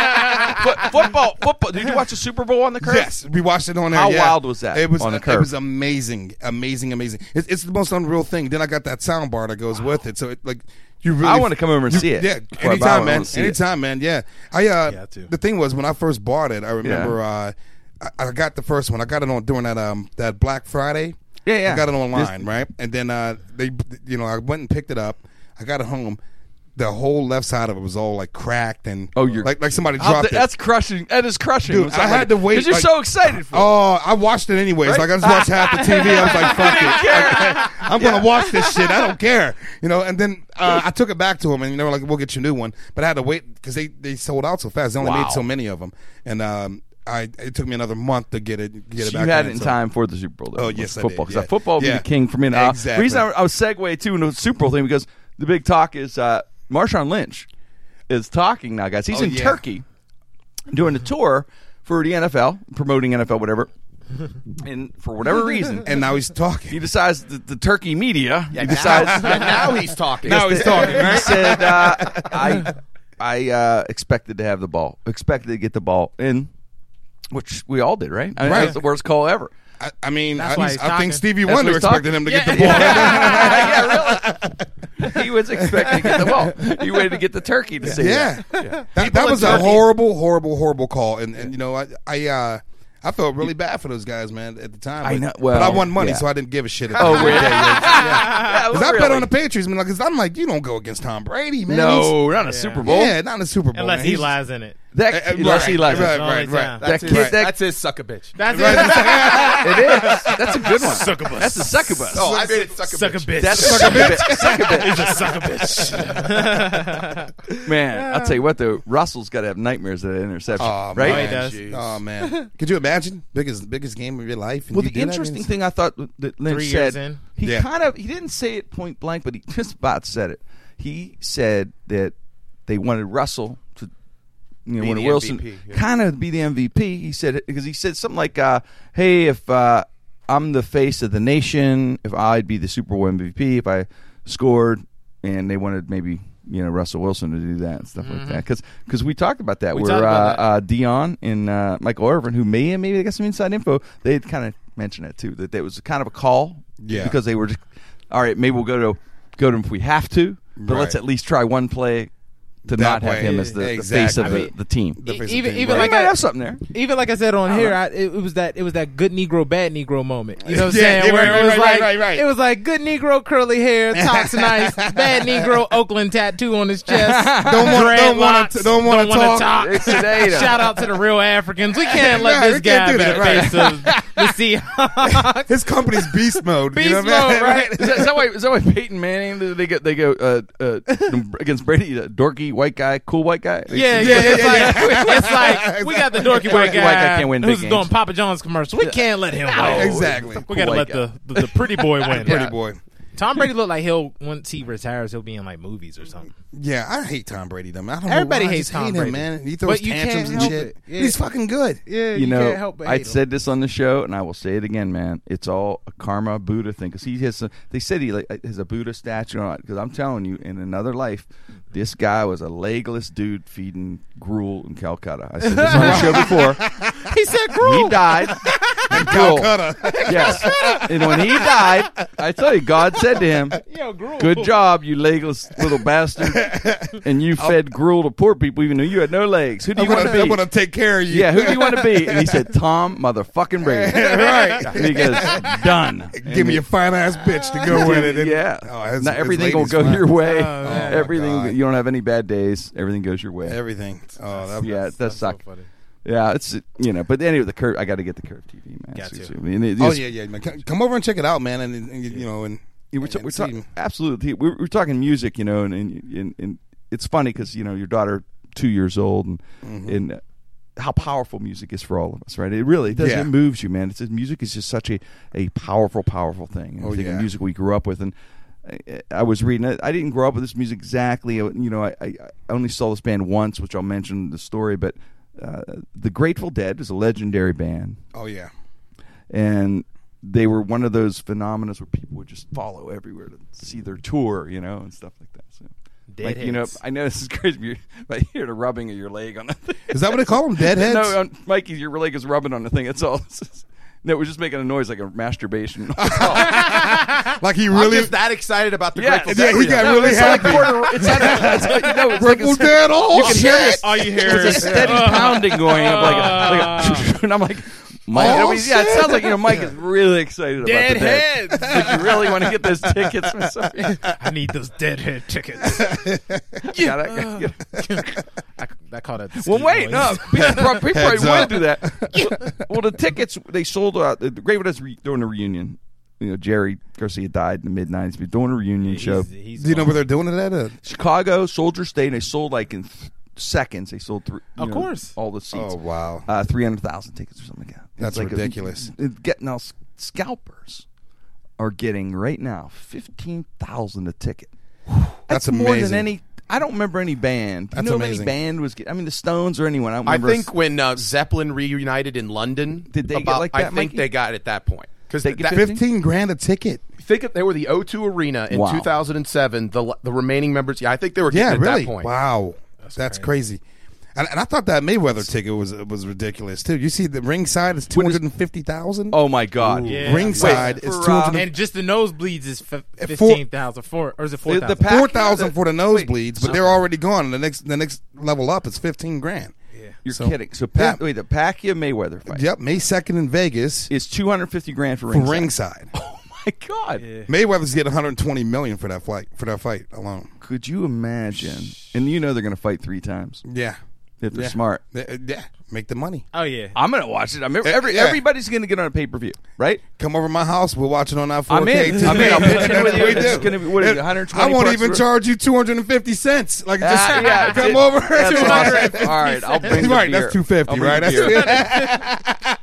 Foot- football, football. Did you watch the Super Bowl on the curve? Yes, we watched it on there. How yeah. wild was that It was on the it curve? was amazing, amazing, amazing. It's, it's the most unreal thing. Then I got that sound bar that goes with it. So it like you really. I wanna come over and see it Yeah, before I buy anytime, one. I man. wanna see it. Anytime, man. Yeah, I. Uh, Yeah, too. The thing was when I first bought it, I remember. Uh, I I got the first one. I got it on during that um that Black Friday. Yeah, yeah. I got it online, right? And then uh, they, you know, I went and picked it up. I got it home. The whole left side of it was all like cracked and Oh, you're like like somebody How- dropped it. That's crushing. That is crushing. Dude, when something I had like to that- wait, 'Cause you're like- so excited for. it. Oh, I watched it anyways. Like I just watched half the TV. I was like, "Fuck it, I'm gonna watch this shit. I don't care," you know. And then uh, I took it back to him, and they were like, "We'll get you a new one," but I had to wait because they they sold out so fast. They only Wow. made so many of them, and um, I it took me another month to get it get it You back. had in, it in so- time for the Super Bowl. though, Oh, with yes, I football. did, 'cause yeah. football would Yeah. be king for me. And, uh, The Exactly. reason I, I was segue to the Super Bowl thing because the big talk is uh, Marshawn Lynch is talking now, guys. He's Oh, in yeah. Turkey doing a tour for the NFL, promoting NFL, whatever. and for whatever reason, And now he's he talking. decides that the Turkey media. he now- decides yeah, now he's talking. Now he's talking. he Right? said, uh, "I, I uh, expected to have the ball. Expected to get the ball in, which we all did, right? I mean, Right. That was the worst call ever. I, I mean, I, why he's I talking. think Stevie That's Wonder what he's talking. expected him to get the ball. yeah, really. He was expecting to get the ball. He waited to get the turkey to see. Yeah, that. that, that in was a Turkey- horrible, horrible, horrible call, and and you know I I uh, I felt really bad for those guys, man, at the time. I but, know- well, but I won money, yeah. so I didn't give a shit. At Oh, the really? end of the day. Yeah, Cause I bet really. on the Patriots, man. Like, cause I'm like, you don't go against Tom Brady, man. No, not a Super Bowl. He's- yeah, not in the Super Bowl. Unless man. he He's- lies in it. That, Eh, eh, unless he likes it. right, the right, only time. That right. That's, kid, his, that, that's his suck a bitch. That's it is. That's a good one. Succubus. That's a succubus. oh, I made it suck a it. Suck a bitch. bitch. That's a succubus. Succubus. He's a sucker bitch. Man, I'll tell you what though, Russell's got to have nightmares at that interception, Aw, right? man. Man, does. jeez. Oh man, could you imagine biggest biggest game of your life? and Well, you the do that? interesting It's- thing I thought that Lynch Three years said, in. he Yeah. kind of he didn't say it point blank, but he just about said it. He said that they wanted Russell to, you know, Be when the Wilson MVP, yeah. kind of be the MVP. He said it because he said something like, uh, "Hey, if uh, I'm the face of the nation, if I'd be the Super Bowl MVP, if I scored." And they wanted maybe you know Russell Wilson to do that and stuff like that because we talked about that. Mm-hmm. We We're talked about that. uh, uh, Dion and uh, Michael Irvin, who may and maybe they got some inside info. They had kind of mentioned that too, that there was kind of a call, Yeah. because they were just, all right, maybe we'll go to go to him if we have to, but let's Right. at least try one play to not have way. him as the, the Exactly. face of I the, mean, the team. The face of Even the team, even right? They like might I, have something there. even like I said on here, I, it, it was that it was that good Negro bad Negro moment. You know what I'm Yeah, saying? yeah, Where right, it was right, like right, right, right. it was like good Negro curly hair, talks nice, bad Negro Oakland tattoo on his chest. Don't want, don't want, dreadlocks, to, don't want to wanna talk. It's today, though. Shout out to the real Africans. We can't let Right, this we can't guy do be that, the right. face of the Seahawks. His company's beast mode. Beast you know what I mean? mode, right? Is that, is that why? Is that why Peyton Manning? They go. They go uh, uh, against Brady, uh, dorky white guy, cool white guy. Yeah, yeah, Yeah, it's, yeah, like, it's like we got the dorky white Dorky white guy, guy can't win big who's games. doing Papa John's commercial. We can't let him win. Oh, Exactly. We gotta Cool let white the, the the pretty boy win. Pretty boy. Tom Brady look like he'll once he retires he'll be in like movies or something. Yeah, I hate Tom Brady though. man. I don't Everybody know why. I hates just Tom hate Brady. him, man. He throws But you tantrums can't and help shit. it. Yeah. He's fucking good. Yeah, you, know, I said this on the show, and I will say it again, man. It's all a karma Buddha thing because he has. A, they said he like, has a Buddha statue on because I'm telling you, in another life, this guy was a legless dude feeding gruel in Calcutta. I said this on the show before. He said He groove. died. in Calcutta. Yes. And when he died, I tell you, God said to him, Yo, groove. Good job, you legless little bastard. And you fed gruel to poor people, even though you had no legs. Who do I'm you want gonna, to I'm be? gonna take care of you. Yeah, who do you want to be? And he said, Tom motherfucking Brady. Right. And he goes, done. Give me a fine ass bitch to go with it. And- yeah. Oh, his- Not his everything will lady's go fine. your way. man. Oh, my everything God. you don't have any bad days. Everything goes your way. Everything. Oh, that, yeah, that That's so sucked. funny. yeah, it's you know. But anyway, the curve. I got to get the curve TV, man. Got to. I mean, it- Oh it's- yeah, yeah. Man. Come come over and check it out, man. And, and you know, and We're, ta- and we're see- talking absolutely. We're, we're talking music, you know, and and, and, and it's funny because you know your daughter two years old and Mm-hmm. and uh, how powerful music is for all of us, right? It really does. Yeah. It moves you, man. It's just, music is just such a, a powerful, powerful thing. And Oh, I think of yeah. music we grew up with and. I- I was reading it. I didn't grow up with this music exactly. You know, I, I I only saw this band once, which I'll mention in the story. But uh, the Grateful Dead is a legendary band Oh yeah. and they were one of those phenomena where people would just follow everywhere to see their tour, you know, and stuff like that. So, like you know, Deadheads. I know this is crazy, but, you're, but you hear the rubbing of your leg on the thing. Is that what they call them? Deadheads? No, on, Mikey, your leg is rubbing on the thing. That's all. No, we're just making a noise like a masturbation. Like he I'm really. just that excited about the Yeah. Grateful yeah, Dead. he we got have. really it's like happy. quarter. It's like, it's like you know, it's like Grateful a, Dead. Oh you can hear uh, shit. this. All you hear It's a is steady pounding going up like a, like a and I'm like, Mike, Oh, I mean, Uh. yeah, it shit. sounds like you know Mike is really excited about the dead. deadheads. like you really want to get those tickets for some I need those deadhead tickets. yeah. I, I call that. the Well, ski noise. wait, no. People prob- people probably Heads want up. to do that. well, the tickets they sold out. The Great Dead's re- doing a reunion. You know, Jerry Garcia died in the mid '90s. But doing a reunion show, He's- he's Do you know fine. where they're doing it at? Uh, Chicago Soldier State. They sold like in th- seconds. They sold three. you Of know, course. all the seats. Oh wow. uh, three hundred thousand tickets or something like that. It's That's like a- ridiculous. it- get- now s- scalpers are getting right now fifteen thousand a ticket. That's more than amazing. any. I don't remember any band. Do you That's know amazing. Any band was. get- I mean, the Stones or anyone. I, don't I remember think when uh, Zeppelin reunited in London, Did they get about- like I that, think Mikey? they got it at that point because They get that, 50? Fifteen grand a ticket. think if they were the O2 Arena in Wow. 2007. The the remaining members, yeah, I think they were Yeah, getting it really. at that point. Wow, that's, crazy. And, and I thought that Mayweather ticket was was ridiculous too. You see, the ringside is two hundred and fifty thousand. Oh my God! Yeah. ringside Wait, is for, two uh, hundred And just the nosebleeds is f- At four- fifteen thousand four, or is it four The- the thousand? pack- four thousand for the Wait, nosebleeds, but they're already gone. The next the next level up is fifteen grand. You're So- kidding. So Pat, Yeah. wait, the Pacquiao Mayweather fight Yep, May second in Vegas is two hundred fifty grand for for ringside. ringside. Oh my God! Mayweather's getting one hundred twenty million for that flight for that fight alone. Could you imagine? And you know they're going to fight three times Yeah, if they're Yeah. smart. Yeah, yeah, make the money. oh yeah. I'm going to watch it. I'm every, Eh, every- yeah. everybody's going to get on a pay per view, right? Come over to my house. We'll watch it on our 4K. I'm in. TV. I'm in. I'll pitch in with you. We It's do. gonna be- what is it, And 120 I won't bucks even for- charge you 250 cents. Like just Ah, yeah, come it's- over. That's awesome. All right, I'll bring the right, beer. that's 250, I'll bring right? the beer. That's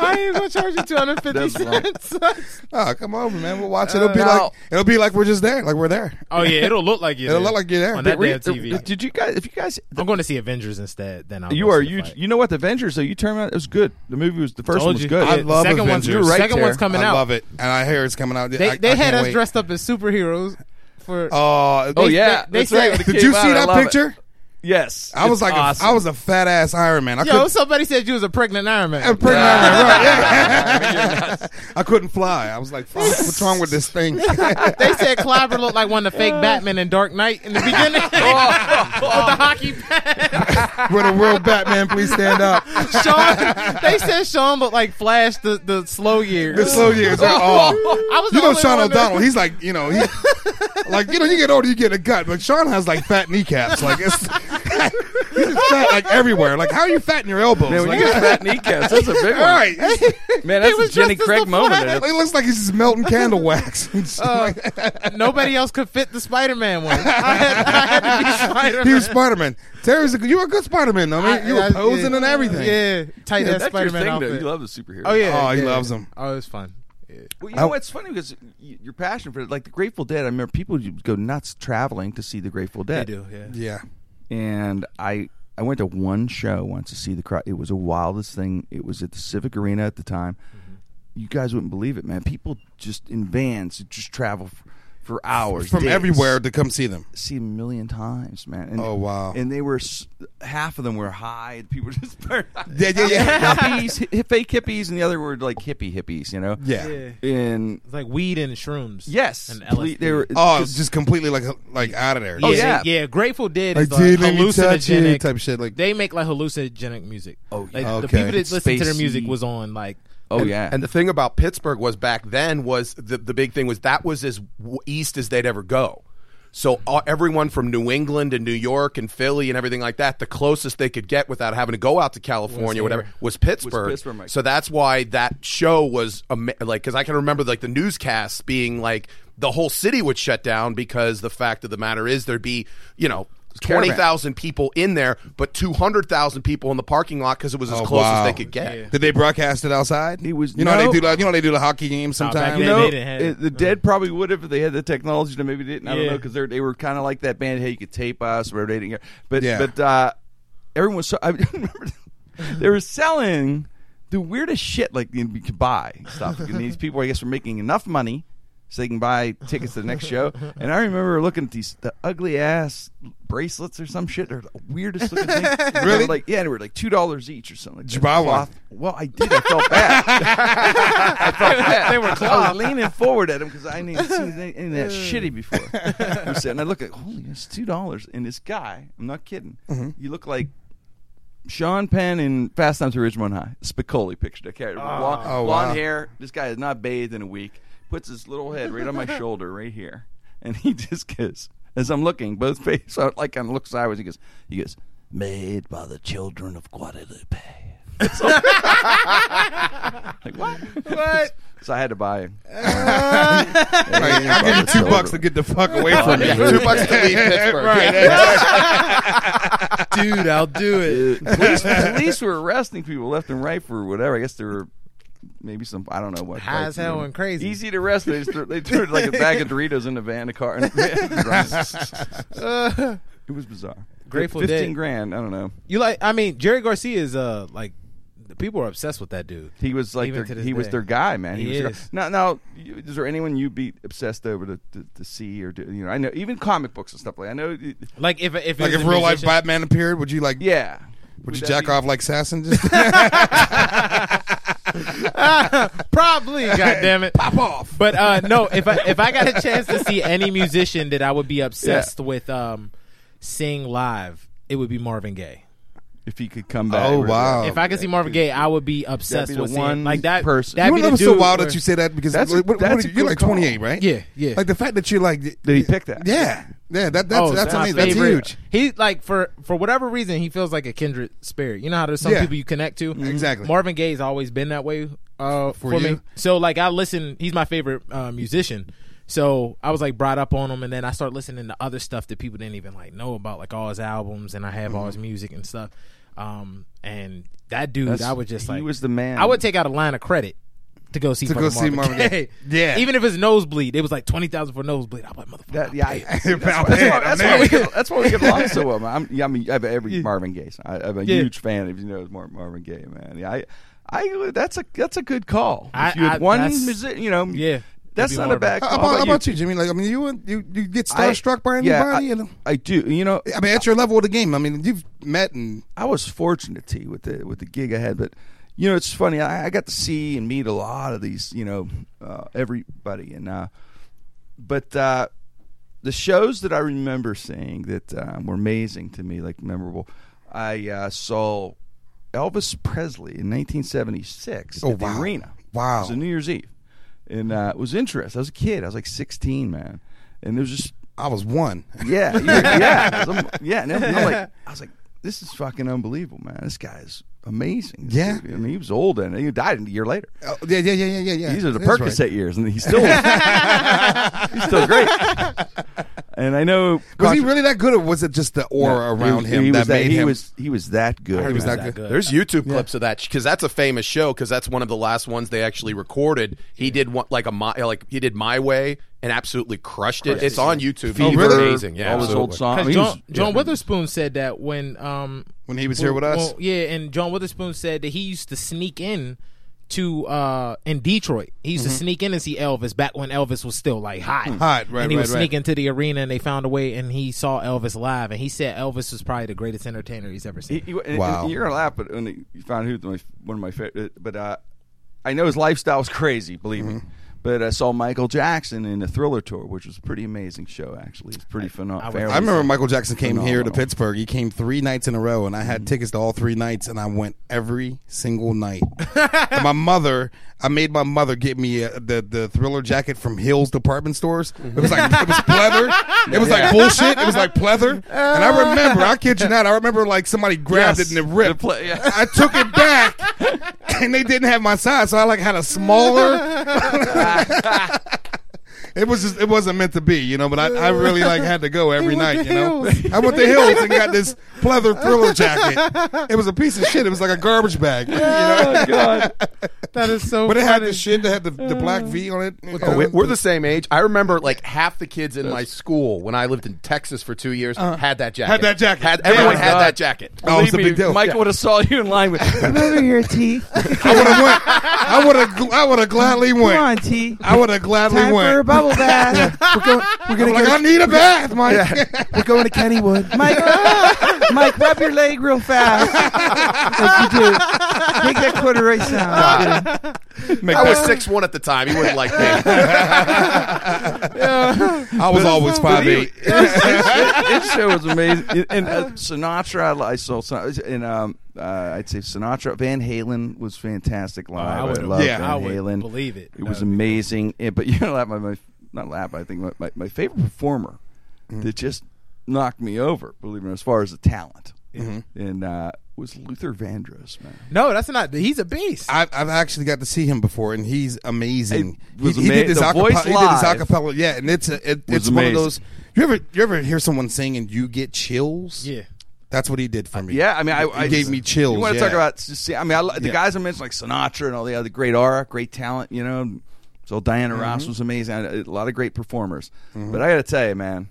I ain't gonna charge you two hundred fifty That's wrong. cents. oh, come over, man. We'll watch it. It'll be Uh, like now- it'll be like we're just there. Like we're there. oh yeah, it'll look like you. It'll there. look like you're there. on that Were you- damn TV. Did you guys? If you guys, I'm going to see Avengers instead. Then I'll you go are see the you. fight. You know what? The Avengers. So you turned out it was good. The movie was the first Told one was you. good. Yeah, I the love second Avengers. One's, You're right, Second one's Tara. coming I out. love it, and I hear it's coming out. They I, they I had can't us wait. dressed up as superheroes for. Oh, Oh They- yeah, they- they that's right, said- when it Did came you out, see I that love it. picture? Yes, I was It's like, awesome. a, I was a fat ass Iron Man. I Yo, couldn't. somebody said you was a pregnant Iron Man. I'm pregnant Iron Man, right, yeah. I couldn't fly. I was like, "Fuck, what's wrong with this thing? they said Clyber looked like one of the fake Batman in Dark Knight in the beginning Oh, with the hockey pad. With a real Batman, please stand up. Sean, they said Sean looked like Flash the, the slow year. This slow years. Oh, I was you the know only Sean one that- O'Donnell. He's like, you know, he like you know, you get older, you get a gut. But Sean has like fat kneecaps. Like it's he's fat like everywhere. Like how are you fat in your elbows? Man, when like, you get fat kneecaps, that's a big one. all right. Man, that's a was Jenny dressed as Craig the moment. Flash. It- He looks like he's just melting candle wax. Oh, Nobody else could fit the Spider Man one. I had, I had to be Spider he was Man. Spider Man. Terry's a, you were a good Spider Man, though. man. You were posing and everything. Yeah, tight ass that's Spider Man your thing, though. outfit. You love the superhero. oh yeah, Oh, he yeah. loves him. Oh, it's fun. Yeah. Well, you know what's funny because y- your passion for it, like the Grateful Dead. I remember people would go nuts traveling to see the Grateful They Dead. do. Yeah. Yeah. And I I went to one show once to see the crowd. It was the wildest thing. It was at the Civic Arena Mm-hmm. at the time. You guys wouldn't believe it, man. People just in vans just travel f- for hours from days. everywhere to come see them. see them a million times, man. And, Oh, wow. And they were s- half of them were high. People were just Yeah, yeah, yeah. hippies, hi- fake hippies, and the other were like hippie hippies, you know. Yeah. And It's like weed and shrooms. yes, And ple- they LSD. were Oh, just- just completely like like out of there. Oh, yeah, yeah. yeah, Grateful Dead Like, is like dude, let me touch you, hallucinogenic type shit, like- they make like hallucinogenic music. Oh yeah. the Okay. people that listen to their Spacey. music was on like oh and, yeah, And the thing about Pittsburgh was back then was the, the big thing was that was as w- east as they'd ever go. So uh, everyone from New England and New York and Philly and everything like that, the closest they could get without having to go out to California or whatever was Pittsburgh. Pittsburgh, Mike. so that's why that show was ama- like because I can remember like the newscasts being like the whole city would shut down because the fact of the matter is there'd be you know. 20,000 people in there, but 200,000 people in the parking lot because it was as Oh, close as wow. they could get. Did they broadcast it outside? It was- you know how no. they do like you know how they do the hockey games back sometimes. then- No, they didn't have it- it. the dead probably would have if they had the technology to maybe didn't. I don't Yeah. know because they were kind of like that band. Hey, you could tape us, or they didn't. care. But Yeah. but uh, everyone was so. I remember they were selling the weirdest shit like you could buy stuff. And these people, I guess, were making enough money so they can buy tickets to the next show. And I remember looking at these the ugly ass bracelets or some shit. They're the weirdest looking thing. They were Really? Like yeah, they were like two dollars each or something. Like Did you buy one? Well, I did. I felt bad. I felt bad. They were I was leaning forward at him because I didn't seen any any of that shitty before. I'm sitting. I look at holy, it's two dollars. And this guy, I'm not kidding. Mm-hmm. You look like Sean Penn in Fast Times at Ridgemont High. Spicoli picture. I carried blonde, Oh, wow. blonde hair. This guy has not bathed in a week. Puts his little head right on my shoulder, right here, and he just goes. As I'm looking, both face out like I'm look sideways. He goes. He goes. Made by the children of Guadalupe. like what? What? so I had to buy. Like, I'll give you two bucks to get the fuck away from me. Two bucks to leave Pittsburgh. dude, I'll do it. police, police were arresting people left and right for whatever. I guess there were maybe some I don't know what. High as hell and crazy. Easy to arrest. They just threw, they threw like a bag of Doritos in the van, the car. And it was bizarre. Grateful Fifteen Dead. grand. I don't know. You like? I mean, Jerry Garcia is uh like the people are obsessed with that dude. He was like Even their, to he this was day. their guy, man. He, He was their guy. is. Now, now, you- is there anyone you be obsessed over to, to, to see or do, you know? I know even comic books and stuff like I know. Like if if Like it was if a real life musician- Batman appeared, would you like? Yeah. Would you that jack be- off like Sasson? Just probably. God damn it, pop off. But uh, no, if I if I got a chance to see any musician that I would be obsessed with um seeing live, it would be Marvin Gaye. If he could come back. Oh, Or- wow. if I could see Marvin Gaye, I would be That'd obsessed be the with seeing one like that person. That'd you be know, the it's so dude wild where- that you say that because That's a- what, what, that's what a are you- you're good like call. 28, right? Yeah, yeah. Like the fact that you like did he pick that? Yeah, yeah. That that's oh, that's, my amazing. That's favorite. huge. He like for for whatever reason he feels like a kindred spirit. You know how there's some Yeah. people you connect to. Exactly. Marvin Gaye's always been that way uh, for, me. you? So like I listen. He's my favorite uh, musician. So I was like brought up on him, and then I started listening to other stuff that people didn't even like know about, like all his albums, and I have all his Mm-hmm. music and stuff. Um, and that dude, That's- I would just he like was the man. I would take out a line of credit. To go see To go fucking see Marvin Marvin Gaye. Gaye. Yeah. even if it's nosebleed, it was like twenty thousand for nosebleed. I'm like motherfucker. That, I'll yeah, pay I- it. that's, why, that's, why, that's why we get, that's why we get along so well. Man. I'm, yeah, I mean, I have every Marvin Gaye. song. I, I'm a Yeah. huge fan. If you know Mar- Marvin Gaye, man, yeah, I, I, that's a that's a good call. If I- you had I- one, that's- music, you know, Yeah. that's It'd be not a Marvin. bad How call. about, How how about you, Jimmy? Like, I mean, you you you get I- starstruck by anybody? yeah, you know? I, I do. You know, I mean, at your level of the game, I mean, you've met and I was fortunate T with the with the gig I had, but you know it's funny. I, I got to see and meet a lot of these, you know, uh, everybody, and uh, but uh, the shows that I remember seeing that um, were amazing to me, like memorable. I uh, saw Elvis Presley in 1976 Oh, at the wow. arena. Wow. it was a New Year's Eve, and uh, it was interesting. I was a kid. I was like 16, man, and it was just I was one. yeah, yeah, yeah. 'Cause I'm- yeah, and I'm like, I was like, this is fucking unbelievable, man. This guy's amazing. This Yeah. dude. I mean, he was old and he died a year later. Oh, yeah, yeah, yeah, yeah, yeah, yeah. These are the That's Percocet years, and he's still he's still great. And I know Was he really that good, or was it just the aura around him He that was made he him? was he was that good. he was man. that good. There's YouTube clips of that because that's a famous show because that's one of the last ones they actually recorded. He did one like a my, like he did My Way and absolutely crushed it. It's on YouTube. Fever, It's amazing. Yeah, Oh, all his old absolutely. Uh, songs. I Because mean, he was- John, John Witherspoon said that when um When he was here with us? yeah, and John Witherspoon said that he used to sneak in to uh in Detroit. He used to sneak in and see Elvis back when Elvis was still like hot. Mm-hmm. Hmm. Hot, right, And he right, was right. sneaking to the arena and they found a way and he saw Elvis live and he said Elvis was probably the greatest entertainer he's ever seen. He- he- and- Wow. and You're gonna laugh, but when they- you found who my, one of my favorite, but uh, I know his lifestyle was crazy, believe Mm-hmm. me. But I saw Michael Jackson in the Thriller tour, which was a pretty amazing show. Actually, it's pretty phenomenal. I remember Michael Jackson came Phenomenal. here to Mm-hmm. Pittsburgh. He came three nights in a row, and I had tickets to all three nights, and I went every single night. and my mother, I made my mother get me uh the the Thriller jacket from Hills department stores. It was like it was pleather. It was like Yeah. bullshit. It was like pleather. And I remember, I kid you not, I remember like somebody grabbed Yes. it and it ripped. The ple- yeah. I took it back, and they didn't have my size, so I like had a smaller. It was just, it wasn't meant to be, you know. But I, I really like had to go every night, you know. I went to Hills and got this pleather thriller jacket. It was a piece of shit. It was like a garbage bag, you know. Oh God! That is so But it had the shit that had the, the black V on it. you know? Oh, we- we're the same age. I remember like half the kids in my school when I lived in Texas for two years had that jacket. Had that jacket. Had- everyone Yeah. had God. that jacket. Oh, it's Believe a me, big deal. Michael would have saw you in line with. Remember your teeth. I would have went. I would have. I would have gladly went. T. I would have gladly went. bubble bath. we're, going, we're I'm like I need a bath, Mike. We're going to Kennywood. Mike, Mike, rub your leg real fast. like you do. Make that corduroy sound. Make I was that- six one at the time. He wouldn't like me. I was always five he- eight. His show was amazing. And- And uh, Sinatra, I saw Sin- and um, uh, I'd say Sinatra, Van Halen was fantastic live. I, would- love yeah, Van I would Halen. believe it. It was amazing. And- but you know, laugh, my, my not laugh. but I think my, my, my favorite performer that just knocked me over, believe me, as far as the talent, and uh, was Luther Vandross, man. No, that's not he's a beast. I've, I've actually got to see him before, and he's amazing. It was he, he ama- did this the acapella. voice he did this live acapella. Yeah, and it's a, it, was it's one of amazing. those. You ever you ever hear someone sing and you get chills? yeah. that's what he did for me. Uh, Yeah, I mean, I, It I gave me chills, You want to yeah. talk about? See, I mean, I, li- the Yeah. guys I mentioned, like Sinatra and all the other great aura, great talent. You know, so Diana Ross was amazing. I, a lot of great performers. But I got to tell you, man,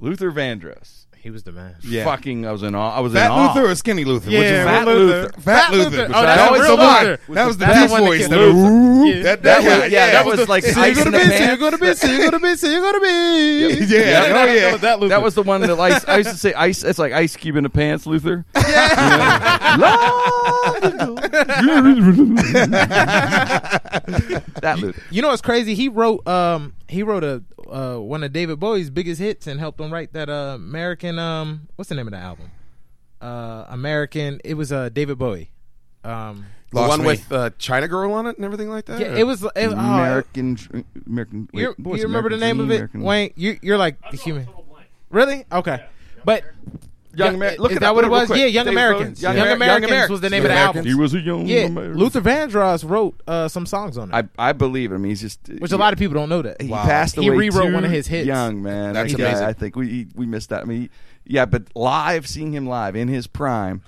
Luther Vandross, He was the man. Yeah. fucking, I was in awe. I was in Fat awe. Luther or Skinny Luther? Which is Fat Fat Luther. Luther. Fat Luther. Oh, that's that a was real the one. Luther. That was the That's deep the one that voice. killed That, Yeah. that, That guy, was- yeah, that was like So ice you're in gonna the be- so pan. you're gonna be- so you're gonna be- so you're gonna be. Yeah, Yeah. oh yeah. That Luther. That was the one that I, I used to say ice. It's like ice cube in the pants, Luther. that Luther. You know what's crazy? He wrote um he wrote a uh one of David Bowie's biggest hits and helped him write that uh, American um what's the name of the album? Uh American it was uh David Bowie. Um the Lost one me. with uh, China girl on it and everything like that. yeah, it was it, oh, American, dr- American. Wait, you, what was you it? remember the American name of Dream, it? American- Wayne, you you're like the human. Really? Okay. But Young yeah, American. Look is it that up what it real was? quick. Yeah, Young Dave Bowie. Americans. Young, Young Amer- Young Americans was the name of the album. He was a young yeah, American. Luther Vandross wrote uh, some songs on it, I, I believe him. He's just which a lot of people don't know that. He passed away. He rewrote too one of his hits. Young man, That's That guy, amazing. I think we he- we missed that. I mean, yeah, but live, seeing him live in his prime,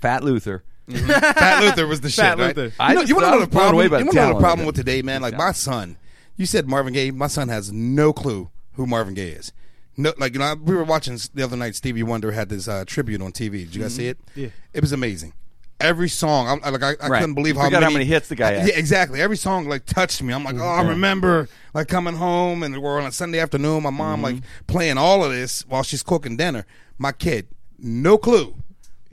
Fat Luther. Fat Luther was the shit. Fat right? Luther. I You know, just- you want I to know was the blown problem? away You by the want to know the talent. problem with today, man? Like my son, you said Marvin Gaye. My son has no clue who Marvin Gaye is. No, like you know, I- we were watching s- the other night. Stevie Wonder had this uh, tribute on TV. Did you Mm-hmm. guys see it? Yeah, it was amazing. Every song, I'm, I- like I, I Right. couldn't believe You how forgot many, how many hits the guy had. Yeah, exactly. Every song like touched me. I'm like, oh, I remember like coming home and we're on a Sunday afternoon. My mom like playing all of this while she's cooking dinner. My kid, no clue.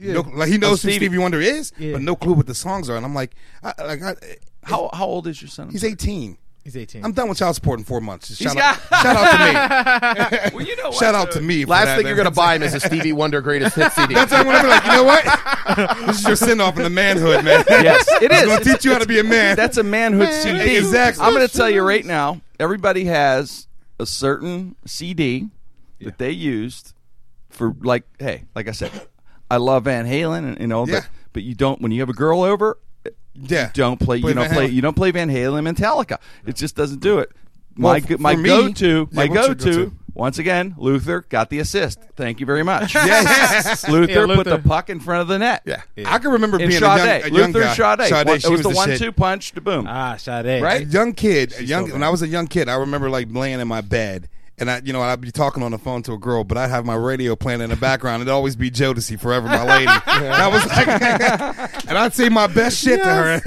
No, like he knows who Stevie- Stevie Wonder is, Yeah. but no clue what the songs are. And I'm like, I, like I, How how old is your son? he's 18. He's 18. I'm done with child support in four months. Just Shout out, got- shout out to Well, you know me. what? Shout out to me. for Last that, thing man. you're gonna buy him is a Stevie Wonder greatest hits CD. That's what I'm gonna be like. You know what? This is your send off in the manhood, man. Yes, it It's is. gonna teach you how to be a man. That's a manhood CD. Exactly. I'm going to tell you right now. Everybody has a certain CD that they used for like. Hey, like I said, I love Van Halen and, and all Yeah. that. But you don't when you have a girl over. yeah. Don't play. Play you don't Van play. Halen. You don't play Van Halen and Metallica. It just doesn't do it. Well, My f- go- my for me- go to Yeah, my what's go your go-to? to once again Luther got the assist. Thank you very much. Yes. Luther, Yeah, put the Luther. puck in front of the net. Yeah. I can remember And being Sade, a young, a young Luther guy. and Sade. Sade, One- it she was the Uh, shit. one-two punch to boom. ah, Sade. Right? a young kid, a She's young still when I was a young kid, I remember like laying in my bed And I, you know, I'd be talking on the phone to a girl, but I'd have my radio playing in the background. It'd always be Jodeci, "Forever My Lady." And I was like, and I'd say my best shit to her.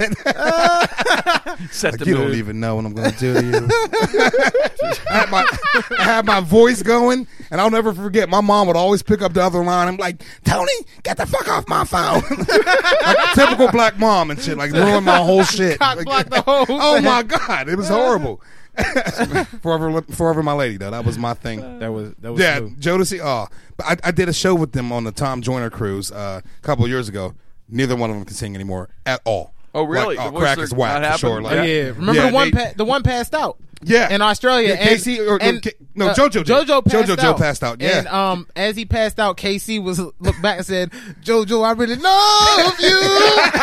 Set Like, the you mood. don't even know what I'm going to do to you. I, had my, I had my voice going, and I'll never forget. My mom would always pick up the other line. I'm like, Tony, get the fuck off my phone. like, typical black mom and shit. Like, ruined my whole shit. Like, oh my God. It was horrible. forever, forever my lady, though. That was my thing. That was that was Yeah, smooth. Jodeci. Oh, but I, I did a show with them on the Tom Joyner cruise uh, a couple of years ago. Neither one of them can sing anymore at all. Oh, really? The Like, oh, voice crack are is whack not for sure. happening? Like, Oh, yeah. Remember Yeah, the one they- pa- the one passed out. Yeah. In Australia. Yeah, and- Casey or- or and, K- no, uh, JoJo did. JoJo passed JoJo out. passed out, yeah. And um as he passed out, KC was looked back and said, JoJo, I really love you.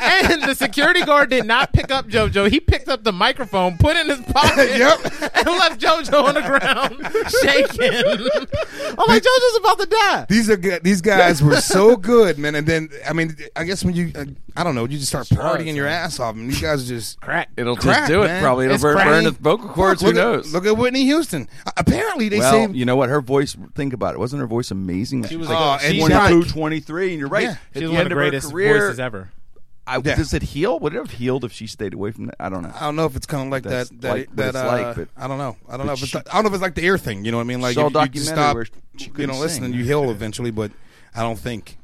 and the security guard did not pick up JoJo. He picked up the microphone, put it in his pocket, Yep. and left JoJo on the ground shaking. I'm like, JoJo's about to die. These are good. These guys were so good, man. And then, I mean, I guess when you, uh, I don't know, you just start partying your ass off, and these guys are just Crack. It'll Crack, just do it. man. Probably it'll It's burn, crack. burn the vocal cords. Who Look at- knows? Look at Whitney Houston. Uh, apparently, they well, say you know what? Her voice. Think about it. Wasn't her voice amazing? uh, She was like, Oh, and she's 22, like- 23, and you're right. Yeah. At She's the one of end the her greatest career, voices ever. I, Yeah. Does it heal? Would it have healed if she stayed away from that? I don't know. I don't know if it's kind of like That's that. That, like what that it's uh, like, but- I don't know. I don't know. If it's, she- I don't know if it's like the ear thing. You know what I mean? Like Saw a if you just documentary stop, where she you couldn't know, listening, sing. you heal eventually. But I don't think.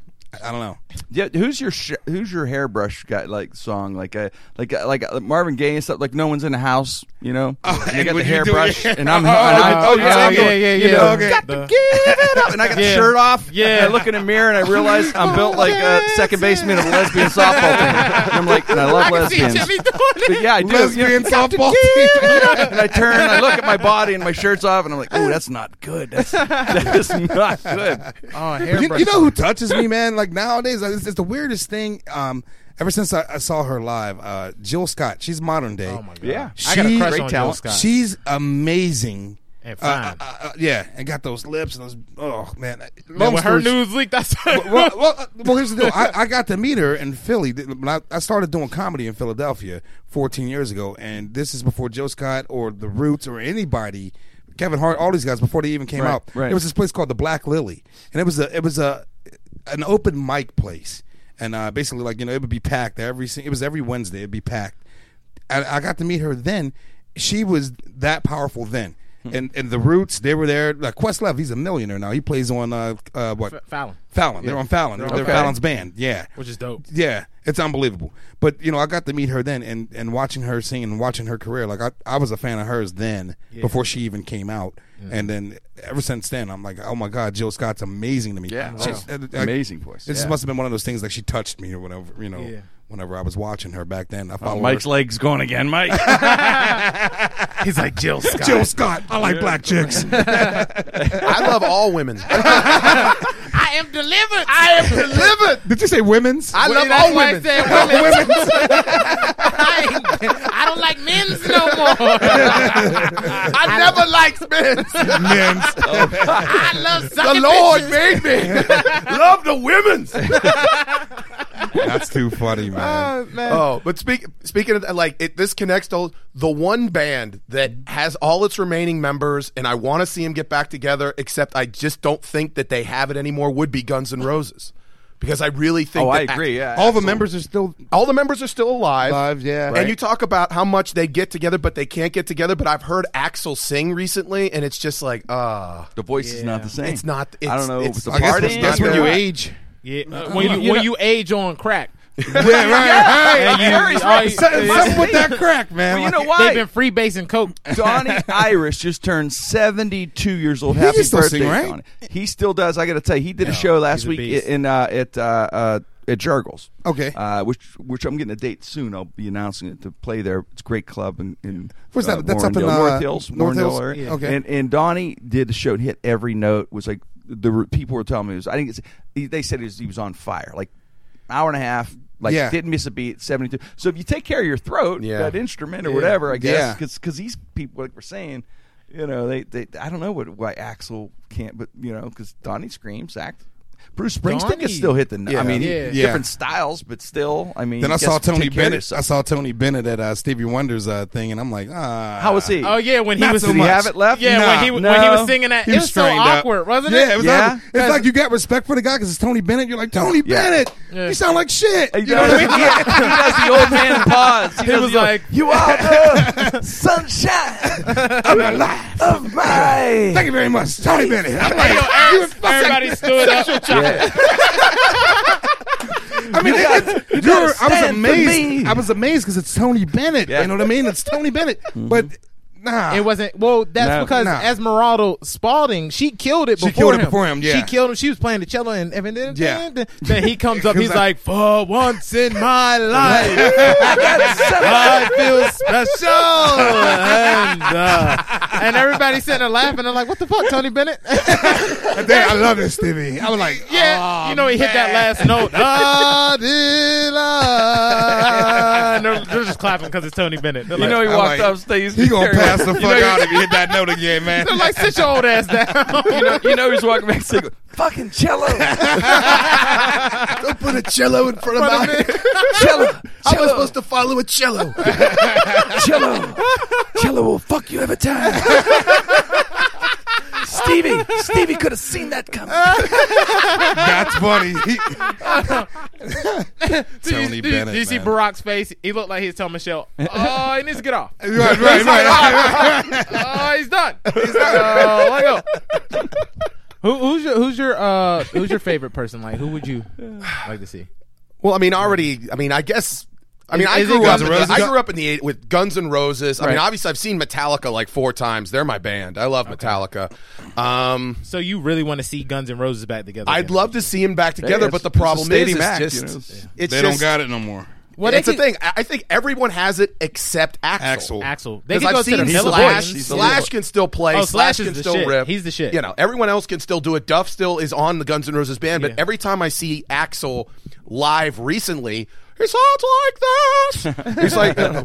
I I don't know. Yeah, who's your sh- who's your hairbrush guy like song like a like a, like a, Marvin Gaye and stuff like no one's in the house you know Oh, and and I got the when you do hairbrush it- and I'm and Oh, I, oh, yeah, I'm yeah, going, yeah, you yeah. know, got The- to give it up and I got the Yeah. shirt off Yeah. and I look in the mirror and I realize I'm Oh, built like a second baseman of a lesbian softball team and I'm like and I love lesbians but yeah I do you know, Lesbian got to softball give team. it up. and I turn and I look at my body and my shirt's off and I'm like oh that's not good that's that is not good Oh, But you, hairbrush. you know who touches me, man? Like nowadays, I- it's, it's the weirdest thing. Um, ever since I, I saw her live, uh, Jill Scott. She's modern day. Oh my god. yeah I got She- a crush great on Jill talent. Scott. She's amazing. and Uh, fine. uh, uh, yeah, and got those lips and those. Oh man, Man, Long when her story- news leaked, that's well, well, uh, well, here's the deal. I, I got to meet her in Philly. Th- when I, I started doing comedy in Philadelphia 14 years ago, and this is before Joe Scott or The Roots or anybody, Kevin Hart, all these guys before they even came Right, out. right. There was this place called the Black Lily, and it was a it was a an open mic place, and uh, basically like you know it would be packed every sing- it was every Wednesday it'd be packed. And I got to meet her then. She was that powerful then. And, and the roots, they were there. Like Questlove, he's a millionaire now. He plays on uh, uh what Fallon. Fallon. They're on Fallon. They're, they're Okay. Fallon's band. Yeah. which is dope. Yeah. It's unbelievable. But, you know, I got to meet her then and, and watching her sing and watching her career. Like, I, I was a fan of hers then before she even came out. And then ever since then, I'm like, oh my God, Jill Scott's amazing to me. Yeah. She's- Wow. uh, like, amazing voice This yeah. must have been one of those things like she touched me or whatever, you know, Yeah. whenever I was watching her back then. I followed Mike's her. legs going again Mike. He's like Jill Scott. Jill Scott. I like black chicks. I love all women. I am delivered. I am delivered. Did you say women's? I love That's all why women. I said women. I, ain't- I don't like men's no more. I never liked men. men's. I love The sucking Lord bitches. made me. love the women's. That's too funny, man. Oh, but speak, speaking of that, like it, this connects to the one band that has all its remaining members, and I want to see them get back together. Except I just don't think that they have it anymore. Would be Guns N' Roses, because I really think. Oh, I that- agree. Yeah, All the members are still all the members are still alive. Alive, yeah. And Right. you talk about how much they get together, but they can't get together. But I've heard Axel sing recently, and it's just like, ah, the voice is not the same. It's not- I it's- don't know. it's- It's the I guess party. it's- that's when you age. Yeah, uh, when you when you age on crack, Yeah, right. and you, Harry's all you- right. Something something with that crack, man. Well, you know Like, why? they've been free basing coke. Donnie Irish just turned 72 years old. Happy can still birthday, sing, right? Donnie. He still does. I got to tell you, he did a show last he's a week beast. in uh, at uh, uh, at Jargles. Okay. uh, which which I'm getting a date soon. I'll be announcing it to play there. It's a great club in, in Where's uh, that? That's up in, Warrendale. uh, North Hills, North Warrendale Hills? area. Yeah. Okay. And and Donnie did the show and hit every note. Was like the r- people were telling me it was. I think it's, he- they said he was, he was on fire. Like hour and a half. Like Yeah. didn't miss a beat. Seventy two. So if you take care of your throat, Yeah. that instrument or whatever, I guess, Yeah. because because these people, like we're saying, you know, they, they I don't know what why Axel can't, but you know, because Donnie screams, act. Bruce Springsteen Donnie. could still hit the. Yeah. I mean, Yeah. different styles, but still, I mean. Then you I saw guys take Tony care of Bennett. I yourself. saw Tony Bennett at uh, Stevie Wonder's uh, thing, and I'm like, ah. How was he? Oh yeah, when he Not was so Did he much. have it left? Yeah, Nah. when he when he No. was singing that, it was so strained up. awkward, wasn't yeah, it? was Yeah. awkward. It's like you got respect for the guy because it's Tony Bennett. You're like Tony Yeah. Bennett. Yeah. You sound like shit. You You know what I mean? Yeah, he does the old man pause. He, He does was the old- like- "You are the sunshine I'm alive. of my." Thank you very much, Tony Bennett. I'm like, you were fucking- Everybody stood up. Yeah. I mean, it's- you're, I was stand for me. amazed. I was amazed because it's Tony Bennett. Yeah. Mm-hmm. You know what I mean? It's Tony Bennett. But nah, It wasn't well. That's No. because Nah. Esmeralda Spalding, she killed it. She Before killed him. it before him, yeah. she killed him. She was playing the cello, and, and then, Yeah. then he comes up. 'Cause He's I- like, "For once in my life, I feel special." And, uh, and everybody's sitting there laughing. They're like, "What the fuck, Tony Bennett?" And then I love this, Stevie. I was like, yeah, Oh, you know, he hit that last note. Ah, de la. And they're, they're just clapping because it's Tony Bennett. They're You like, know he I'm walked like, off stage. "Oh, he gonna pass the You fuck know, out if he hit that note again, man. they're like, sit your old ass down. You know, you know he's walking back saying, "Fucking cello, Don't put a cello in front of my. cello, How am I supposed to follow a cello? cello, cello will fuck you every time." Stevie, Stevie could have seen that coming. That's funny. He- Did you- Tony did you, Bennett, Did you see man. Barack's face? He looked like he was telling Michelle, "Oh, he needs to get off. right, right, right. Oh, he's done. He's done. Uh, let go." Who, who's your who's your uh, who's your favorite person? Like, who would you like to see? Well, I mean, already. I mean, I guess. I mean, I is it grew Guns up. N' in the- Roses? I grew up in the eight with Guns N' Roses. I mean, Right. obviously, I've seen Metallica like four times. They're my band. I love Metallica. Um, So you really want to see Guns and Roses back together? I'd again? love to see them back together, it's- but the it's a problem is, stadium it's act, just you know, it's- it's They don't just, got it no more. Well, it's they a could- thing. I, I think everyone has it except Axel. Axel. Axel. They Because could go I've to the seen Hill Slash. Lions. Slash can still play. Oh, Slash Slash is can the still shit. rip. He's the shit. You know, everyone else can still do it. Duff still is on the Guns N' Roses band, Yeah. but every time I see Axel live recently, he sounds like this. He's like, "Come on,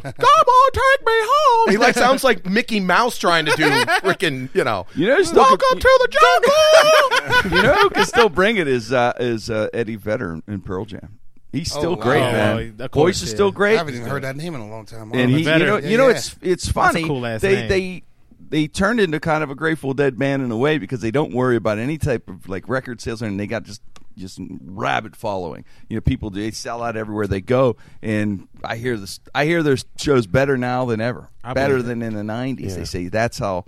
take me home." He like sounds like Mickey Mouse trying to do freaking, you know, You know, he's still- welcome to the jungle. You know who can still bring it is uh, is uh, Eddie Vedder in Pearl Jam. He's still wow. great, Oh, man. of course, Voice is yeah. still I great. haven't even heard that name in a long time. and he, you Vedder. know, Yeah, you know, yeah. it's it's funny. cool-ass they name. they they turned into kind of a Grateful Dead band in a way because they don't worry about any type of like record sales, and they got just just rabid following. You know, people they sell out everywhere they go, and I hear this. I hear their shows better now than ever, I believe better it. than in the '90s. They say that's how.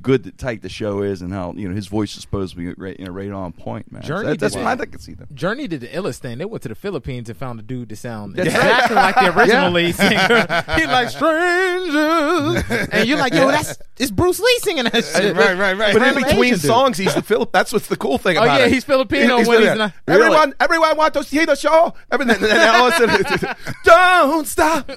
Good that tight the show is, and how you know his voice is supposed to be right, you know, right on point, man. So Journey that- that's did what I it. think I see them. Journey did the illest thing. They went to the Philippines and found a dude to sound exactly like the original lead singer. He like strangers, and you're like, yo, that's it's Bruce Lee singing that shit. right, right, right. But in Random between Asian dude. songs, he's the Philip. That's what's the cool thing Oh, about yeah, it. he's Filipino when he's not- Really? Everyone, everyone wants to see the show. Everything. And then all of a sudden, don't stop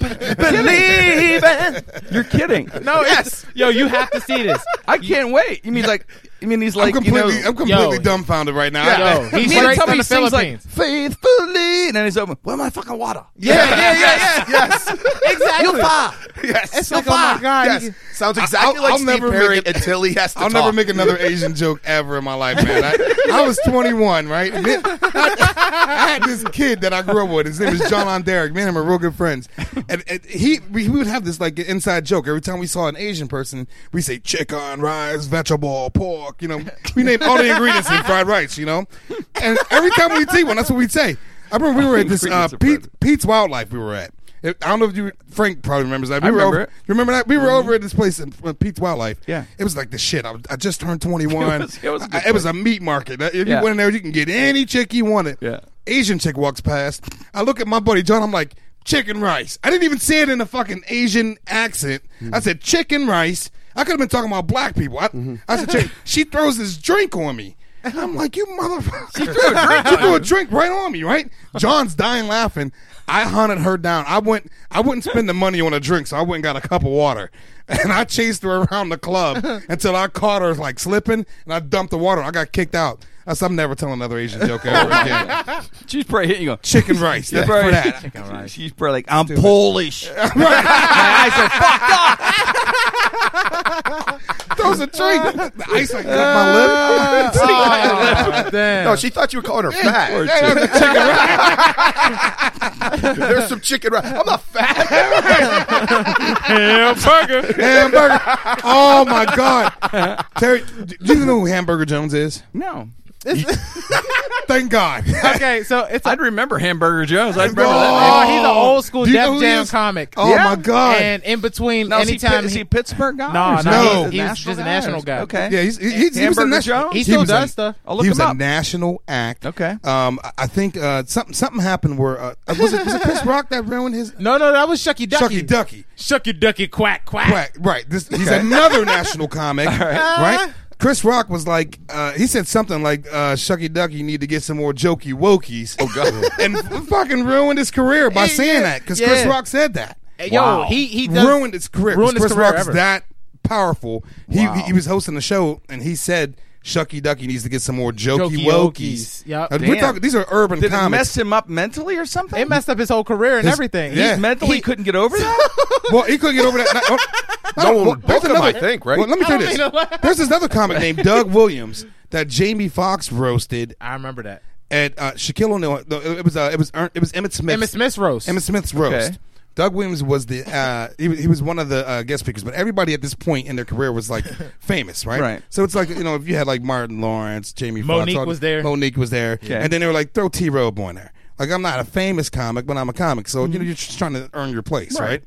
believing. You're kidding? No, it's yo, you have to see this. I can't wait. You mean like? You mean he's I'm like you know- completely, I'm completely yo. dumbfounded right now. Yo, I- he's He straight tell from me he the sings like Philippines. faithfully, and then he's open. Where my fucking water? Yeah, yeah, yeah, yeah. Yes, exactly. You far. yes. It's so far. Oh my God. Yes. Sounds exactly I'll- like I'll Steve never Perry make it- until he has to I'll talk. never make another Asian joke ever in my life, man. I, I was 21, right? And then- I had this kid that I grew up with. His name is John on Derek. Me and him are real good friends. And, and he we, we would have this like inside joke every time we saw an Asian person. We say chicken, rice, vegetable, pork. You know, we name all the ingredients in fried rice. You know, and every time we see one, that's what we would say. I remember we were at this uh, Ingredients of Pete, fried- Pete's Wildlife. We were at. I don't know if you Frank probably remembers that. We I were remember over- it. You remember that? We were over at this place in uh, Pete's Wildlife. Mm-hmm. Yeah. it was like the shit. I, was- I just turned twenty one. It was- it was a good I- it was a meat market. If you Yeah. went in there, you can get any chick you wanted. Yeah. Asian chick walks past. I look at my buddy John. I'm like, chicken rice. I didn't even say it in a fucking Asian accent. I said chicken rice. I could have been talking about black people. I, I said, chicken. she throws this drink on me. And I'm like, you motherfucker. She threw a drink. she threw a drink right on Uh-huh. me, right? John's dying laughing. I hunted her down. I went. I wouldn't spend the money on a drink, so I went and got a cup of water, and I chased her around the club until I caught her like slipping, and I dumped the water. I got kicked out. I said, I'm never telling another Asian joke ever again. She's probably hitting you. go, Chicken rice. That's probably- for that. She's probably like, I'm Polish. Right. My eyes are fucked up. throws a drink. The ice like cut my lip. Oh, damn. No, she thought you were calling her fat. There's some chicken. Right. I'm not fat. Hamburger. hamburger. Oh my god, Terry, do you know who Hamburger Jones is? No. Thank God. okay, so it's a, I'd remember Hamburger Jones. I'd remember Oh, that. oh, he's an old school Do you know Def who he Jam is? comic. Oh Yeah. my God. And in between, Now, is he, Pit- anytime is he a Pittsburgh guy? No, or no, something? he's- Is it national he's just a guy? national guy. Okay. yeah, he's, he, he, he was a Hamburger national. Jones? He still was does a- stuff. I'll look he him was a up. national act. Okay. Um, I- I think uh, something something happened where uh, was it was it Chris Rock that ruined his no, no, that was Shucky Ducky. Chucky Ducky? Shucky Ducky quack quack. Right, right. This, He's another national comic, right? Uh-huh. Chris Rock was like, uh, he said something like, uh, "Shucky Ducky need to get some more jokey wokies." Oh God! and f- fucking ruined his career by saying that because Chris Yeah. Rock said that. Yo, he he does, ruined his career. 'cause ruined his Chris career Rock's ever. that powerful. He, he he was hosting the show and he said. Shucky Ducky needs to get some more jokey Jokey wokies. wokies. Yup. And We're Damn. talking. These are urban Did it comics. mess him up mentally or something? It messed up his whole career and His- everything. yeah. He mentally couldn't get over that? Well, he couldn't get over that. Not, oh, No one well, would there's book him, another- I think, right? Well, let me I tell you don't mean to this. laugh. There's this other comic named Doug Williams that Jamie Foxx roasted I remember that. at uh, Shaquille O'Neal. No, it was uh, it was Ern- it was Emmett Smith. Emmett Smith's roast. Emmett Smith's roast. Okay. Doug Williams was the uh, he, was- he was one of the uh, guest speakers, but everybody at this point in their career was like famous, right? Right. So it's like you know if you had like Martin Lawrence, Jamie Foxx, Monique all- was there. Monique was there, Okay. and then they were like throw T Robe on there. Like I'm not a famous comic, but I'm a comic, so Mm-hmm. you know you're just trying to earn your place, right? Right.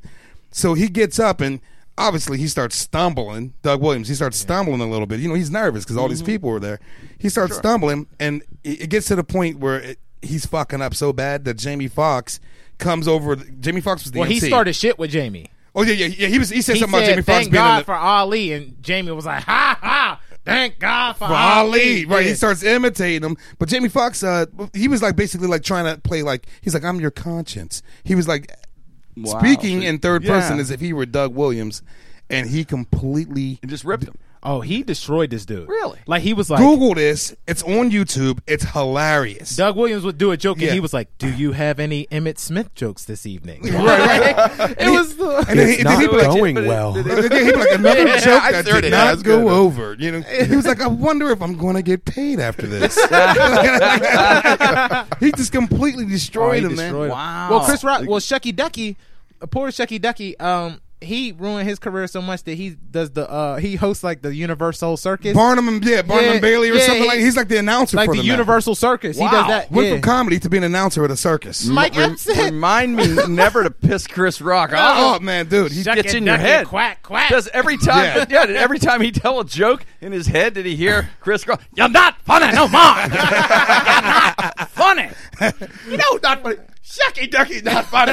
So he gets up and obviously he starts stumbling. Doug Williams, he starts stumbling a little bit. You know he's nervous because all Mm-hmm. these people were there. He starts stumbling, and it it gets to the point where it, he's fucking up so bad that Jamie Foxx comes over. Jamie Foxx was the well, he MC. started shit with Jamie. Oh yeah, yeah, yeah. He was. He said He something said, about Jamie Foxx "Thank being in God the, for Ali," and Jamie was like, "Ha ha! Thank God for, for Ali, right? Yeah. He starts imitating him, but Jamie Foxx, uh, he was like basically like trying to play like he's like I'm your conscience. He was like Wow. speaking in third Yeah. person as if he were Doug Williams, and he completely It just ripped him. Oh, he destroyed this dude. Really? Like he was like Google this. It's on YouTube. It's hilarious. Doug Williams would do a joke, Yeah. and he was like, "Do you have any Emmett Smith jokes this evening?" Right, right. it was. The, And then he, then he be like, going well. and then he be like another Yeah, joke I that heard did it. not That's go good. over. You know, he was like, I wonder if I'm going to get paid after this. he just completely Oh, destroyed he him, man. destroyed him. Wow. Well, Chris Rock. Well, Shucky Ducky, uh, poor Shucky Ducky. Um, he ruined his career so much that he does the uh he hosts like the Universal Circus, Barnum and yeah, Barnum Yeah, and Bailey or yeah, something he- like. He's like the announcer like for the them now. Universal Circus. He does that. Went yeah. from comedy to being an announcer at a circus. Mike Rem- Epstein. Remind me never to piss Chris Rock oh off. man, dude, he, He gets in your Ducky, head. Quack quack. Does every time? Yeah. every time he tell a joke in his head, did he hear Chris Rock? You're not funny no more. You're not funny. You know, not funny. Shucky ducky, not funny.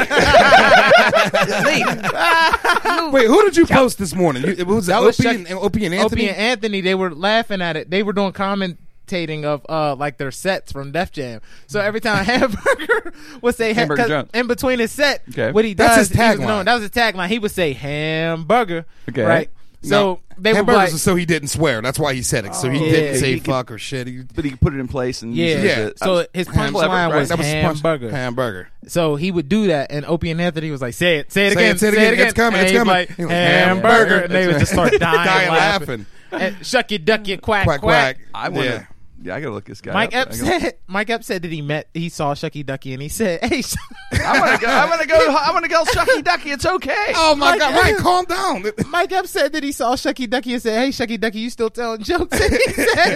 wait, who did you post this morning? You, it was That Opie, was and, Chuck- Opie and Anthony. Opie and Anthony, they were laughing at it. They were doing commentating of uh like their sets from Def Jam. So every time Hamburger would say ha- Hamburger 'cause Jones. in between his set, Okay. what he does, That's his he was tagline. known- that was his tagline. He would say Hamburger, Okay. right? So they were Hamburgers like, Oh, was so he didn't swear. That's why he said it. So he Yeah, didn't say he could- fuck or shit. He, But he could put it in place and yeah. use it as a- So his Clever, punchline right? was, That was his punch- Hamburger. Hamburger. so he would do that, and Opie and Anthony was like, "Say it, say it Say again, it, say it again. It's coming, And it's he'd be coming. Like, He was like, Hamburger, "Hamburger." and they would just start dying, Dying laughing. laughing. And Shucky Ducky, quack Quack quack. quack. I want. Yeah. to Yeah, I gotta look this guy. Mike up. Epps I gotta- said Mike Epps said that he met he saw Shucky Ducky and he said, "Hey, Sh- I want to go. I want to go. I want to go. Shucky Ducky. It's okay. Oh my Like, god! uh, Right, calm down. Mike Epps said that he saw Shucky Ducky and said, "Hey, Shucky Ducky, you still telling jokes?" And he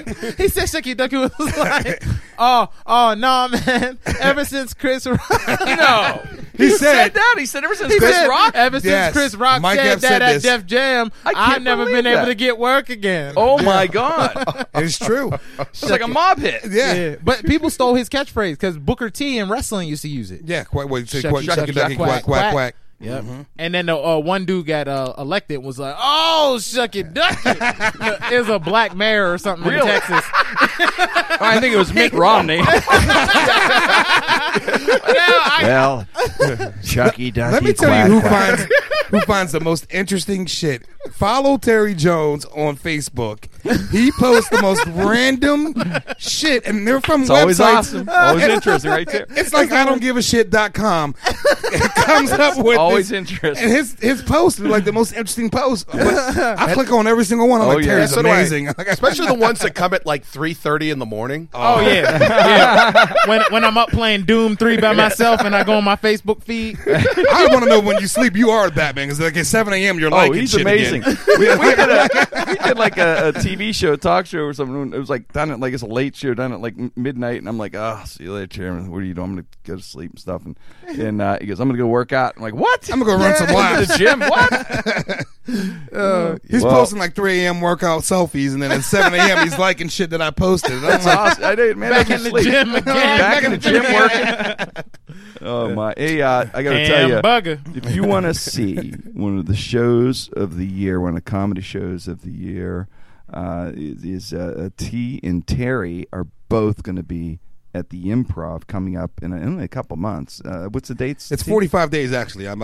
said he said Shucky Ducky was like, "Oh, oh no, man! Ever since Chris Rock, no. He He said said. that. He said ever since he Chris said, Rock. ever since Yes. Chris Rock Mike said Epps that said at this. Def Jam, I can't I've never believe been able that. to get work again." Oh my god. It's true. It's like a mob hit. Yeah. Yeah, Yeah. but people stole his catchphrase because Booker T in wrestling used to use it. quack, wait, say Shucky, quack, shucky, shucky, ducky, quack, quack, quack, quack. quack. Yep. Mm-hmm. And then the uh, one dude got uh, elected was like, "Oh, shucky ducky." it was a black mayor or something in Really? Texas. I think it was Mitt Romney. well, Chucky Ducky. Let me tell you who finds who finds the most interesting shit Follow Terry Jones on Facebook. He posts the most random shit, and they're from It's websites. always awesome. Always It's- interesting, right there. It's like I don't give a shit.com. It comes up with Always this- interesting. And his his posts are like the most interesting posts. I click on every single one. I'm Oh, like, yeah. Terry's So do I. amazing. Especially the ones that come at like three thirty in the morning. Oh yeah, yeah. When when I'm up playing Doom Three by myself and I go on my Facebook feed, I want to know when you sleep, you are Batman. Because like at 7 a.m., you're Oh, like, he's shit amazing. Again. we, we did a, we did like a, a TV show, a talk show or something. It was like done at like it's a late show, done at like m- midnight, and I'm like, oh, see you later, chairman. What are you doing? I'm gonna go to sleep and stuff. And and uh, he goes, I'm gonna go work out. I'm like, what? I'm gonna go run some to the laps. gym. What? He's Well- posting like 3 a.m. workout selfies, and then at 7 a.m. he's liking shit that I posted. And I'm That's like, awesome. I did, man. back I in can't the sleep. gym again. Back in the gym working. Oh my! Hey, uh, I gotta tell you, Damn bugger. if you want to see one of the shows of the year, one of the comedy shows of the year, uh, is, is uh, T and Terry are both going to be at the Improv coming up in, a, in a couple months. Uh, what's the dates? it's T? 45 days, actually. I'm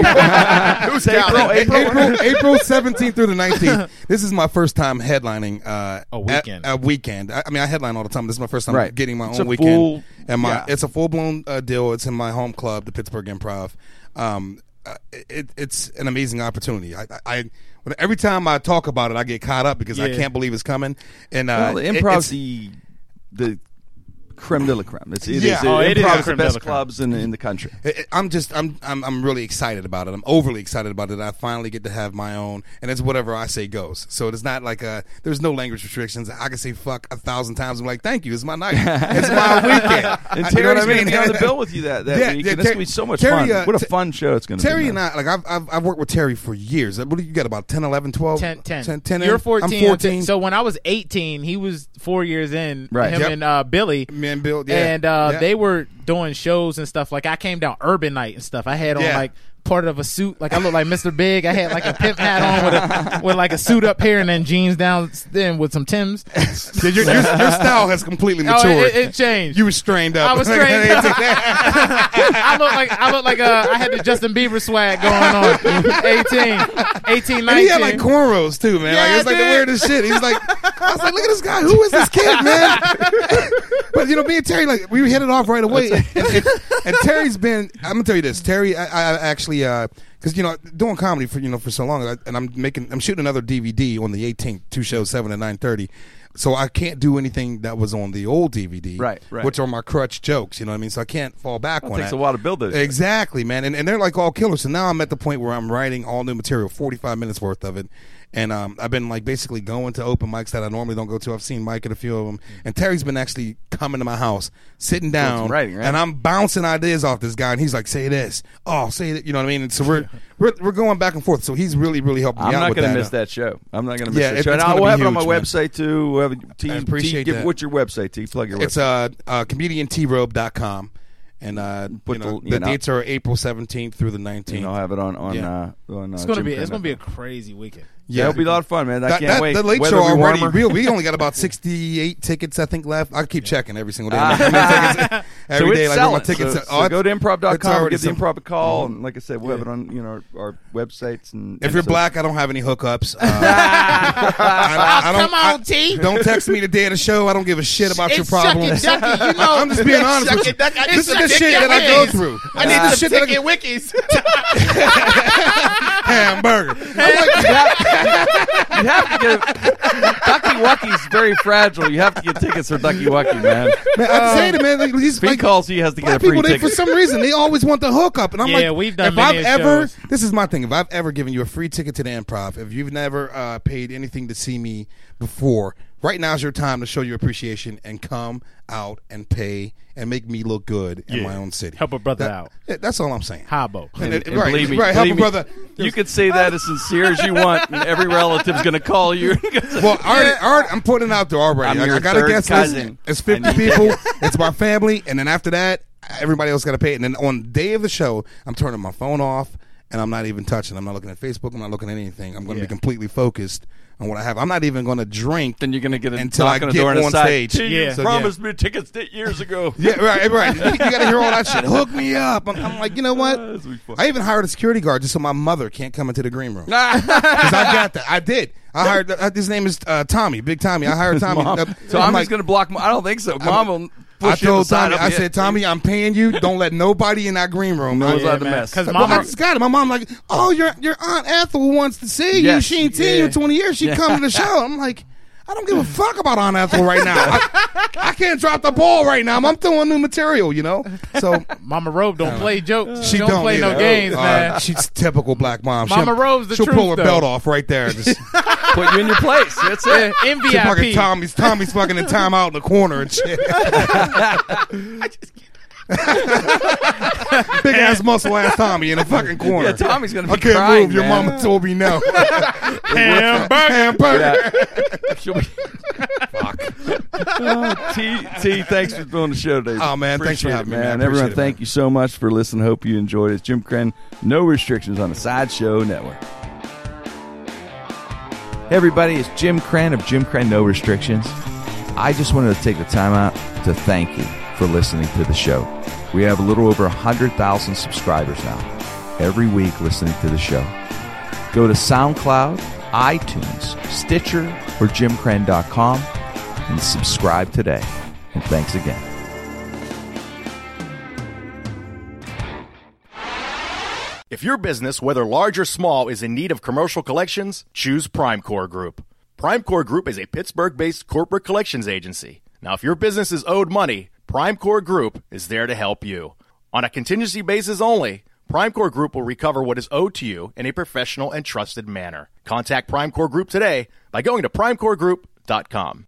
Who's It's April, counting? Oh, April. April, April 17th through the 19th. This is my first time headlining uh, A weekend. A, a weekend. I, I mean, I headline all the time. This is my first time Right. getting my It's own a weekend. full- and my yeah. it's a full blown uh, deal. It's in my home club, the Pittsburgh Improv. Um, uh, it, it's an amazing opportunity. I, I, I when, every time I talk about it, I get caught up because I Yeah. can't believe it's coming. And uh, Well, the it- improv's it's- the the creme de la creme. It's, it is- Yeah. the Oh, it is improv's the creme the de best la creme. clubs in, in the country. I- I- I'm just I'm, I'm I'm really excited about it. I'm overly excited about it. I finally get to have my own, and it's whatever I say goes. So it's not like uh there's no language restrictions. I can say fuck a thousand times. I'm like, thank you. It's my night. It's my weekend. And I- you know Terry's what I mean? going to be on the bill with you that, that Yeah, week. yeah, and it's going Ter- to be so much Terry, fun. uh, what a Te- fun show it's going to be. Terry man. and I, like I've, I've I've worked with Terry for years. What do you got about 10, 11, 12? 10, 10. 10, 10 You're in? 14. I'm 14. So when I was 18, he was four years in. Right. Him Yep. and uh, Billy. Me and Bill, yeah. And uh, Yeah. they were doing shows and stuff. Like I came down Urban Night and stuff. I had on Yeah. like part of a suit. Like I looked like Mr. Big. I had like a pimp hat on with a, with like a suit up here and then jeans down then with some Tims. your, your, your style has completely Oh, matured. it, it changed. you were strained up. I was strained I look like I look like uh, I had the Justin Bieber swag going on. 18, 18, 19. And he had like cornrows too, man. Yeah, like it's like dude. the weirdest shit. He's like, I was like, look at this guy. Who is this kid, man? but you know, me and Terry, like, we hit it off right away. and, and- and Terry's been, I'm gonna tell you this, Terry. I, I actually, because you know, doing comedy for you know for so long, I, and I'm making, I'm shooting another DVD on the 18th, two shows, seven and nine thirty. So I can't do anything that was on the old DVD, Right, right. Which are my crutch jokes, you know what I mean. So I can't fall back on takes that. a while to build those. Exactly, man. And, and they're like all killers. So now I'm at the point where I'm writing all new material, 45 minutes worth of it. And um, I've been like basically going to open mics that I normally don't go to. I've seen Mike at a few of them. And Terry's been actually coming to my house, sitting down. some writing, right? And I'm bouncing ideas off this guy. And he's like, say this. Oh, say that. You know what I mean? And so we're, we're, we're going back and forth. So he's really, really helped me I'm out not with going to that. miss that show. I'm not going to miss Yeah, that it- show. And it's I'll gonna we'll be have it on my huge, man. website too. We'll have it- T, I appreciate T, give- that. What's your website? T, plug your It's website. uh, uh, comediantrobe.com. And uh, Put you the- know, the, you know. dates are April 17th through the 19th. and I'll have it on on yeah. uh, on. it's gonna be it's gonna be a crazy weekend. yeah. It'll be a lot of fun, man. I That, can't that, wait. that late Weather show will be already. warmer. We, we only got about sixty-eight tickets, I think, left. I keep checking every single day. How many tickets- Ah. So every it's day, like, selling. my tickets. so, are- so oh, go to it's- it's improv.com. already Give the some- improv a call, and like I said, we'll have it on you know our, our websites. And If and you're so- black, I don't have any hookups. Uh, I, I don't, Come on, I- T. don't text me the day of the show. I don't give a shit about your It's E. Shucky problems. Ducky, you know. I'm just being honest with you. Shucky Ducky, This is Shucky the shit Ducky that I go is. through. I This is the shit that I Ticket go wikis. hamburger. you have to get Ducky Wucky's very fragile. You have to get tickets for Ducky Wucky, man. Man, uh, I'm saying it, man. Like, he's If he like, calls, he has to get Black a free people, they, for ticket. some reason, they always want the hookup, and I'm Yeah, like, we've done if many I've ever, shows. this is my thing. If I've ever given you a free ticket to the improv, if you've never uh, paid anything to see me before, right now's your time to show your appreciation and come out and pay and make me look good in my own city. Help a brother That- out. yeah, That's all I'm saying. Habo. And it- And right, believe me, right, help a believe me, brother. You could say that as sincere as you want, and every relative's going to call you. Well, I already, I already, I'm putting it out there already. I'm I, your I got a third guest cousin. list. It's I 50 need people. it's my family, and then after that, everybody else got to pay. And then on the day of the show, I'm turning my phone off, and I'm not even touching. I'm not looking at Facebook. I'm not looking at anything. I'm going to be completely focused on what I have. I'm not even going to drink. Then you're gonna get a Until knock I on the get door and a on side stage. "Gee, You Yeah. So, yeah. promised me tickets eight years ago. Yeah, right, right. You got to hear all that shit. Hook me up. I'm, I'm like, you know what? That's what we fuck- I even hired a security guard just so my mother can't come into the green room. Because I got that. I did. I hired. Uh, his name is uh, Tommy. Big Tommy. I hired Tommy. Mom. Uh, so I'm I'm like- just gonna block. My, I don't think so. Mom will I push you told aside. Tommy. I'll I be- said, Tommy, I'm paying you. Don't let nobody in that green room. No I one's was allowed like, to man. mess. 'Cause well, Mama- I just got it. My mom like, oh, your your aunt Ethel wants to see Yes. you. She ain't seen you in 20 years. She come to the show. I'm like, I don't give a fuck about aunt Ethel right now. I, I can't drop the ball right now. I'm throwing new material, you know. So Mama Robe don't play jokes. she She don't, play either. no games, Uh, man. She's typical black mom. Mama she'll, Rove's the She'll pull her truth, though. belt off right there. Just put you in your place. That's yeah, it. she'll fucking MVP. Tommy's Tommy's fucking in time out in the corner and shit. Big ass muscle ass Tommy in the fucking corner. Yeah, Tommy's gonna be I can't crying, move. Your man. mama told me no. Hamburger. Hamburger. Yeah. She'll be- Fuck. T, T, thanks for doing the show today. Oh, man, thanks for Appreciate having it, me, man. man. Everyone, Appreciate it, thank man. you so much for listening. Hope you enjoyed it. It's Jim Crenn, no restrictions on the Sideshow Network. Hey, everybody, it's Jim Crenn of Jim Crenn No Restrictions. I just wanted to take the time out to thank you for listening to the show. We have a little over 100,000 subscribers now, every week listening to the show. Go to SoundCloud, iTunes, Stitcher, or jimcran.com and subscribe today. And thanks again. If your business, whether large or small, is in need of commercial collections, choose Primecore Group. Primecore Group is a Pittsburgh based corporate collections agency. Now, if your business is owed money, Primecore Group is there to help you. On a contingency basis only, Primecore Group will recover what is owed to you in a professional and trusted manner. Contact Primecore Group today by going to primecoregroup.com.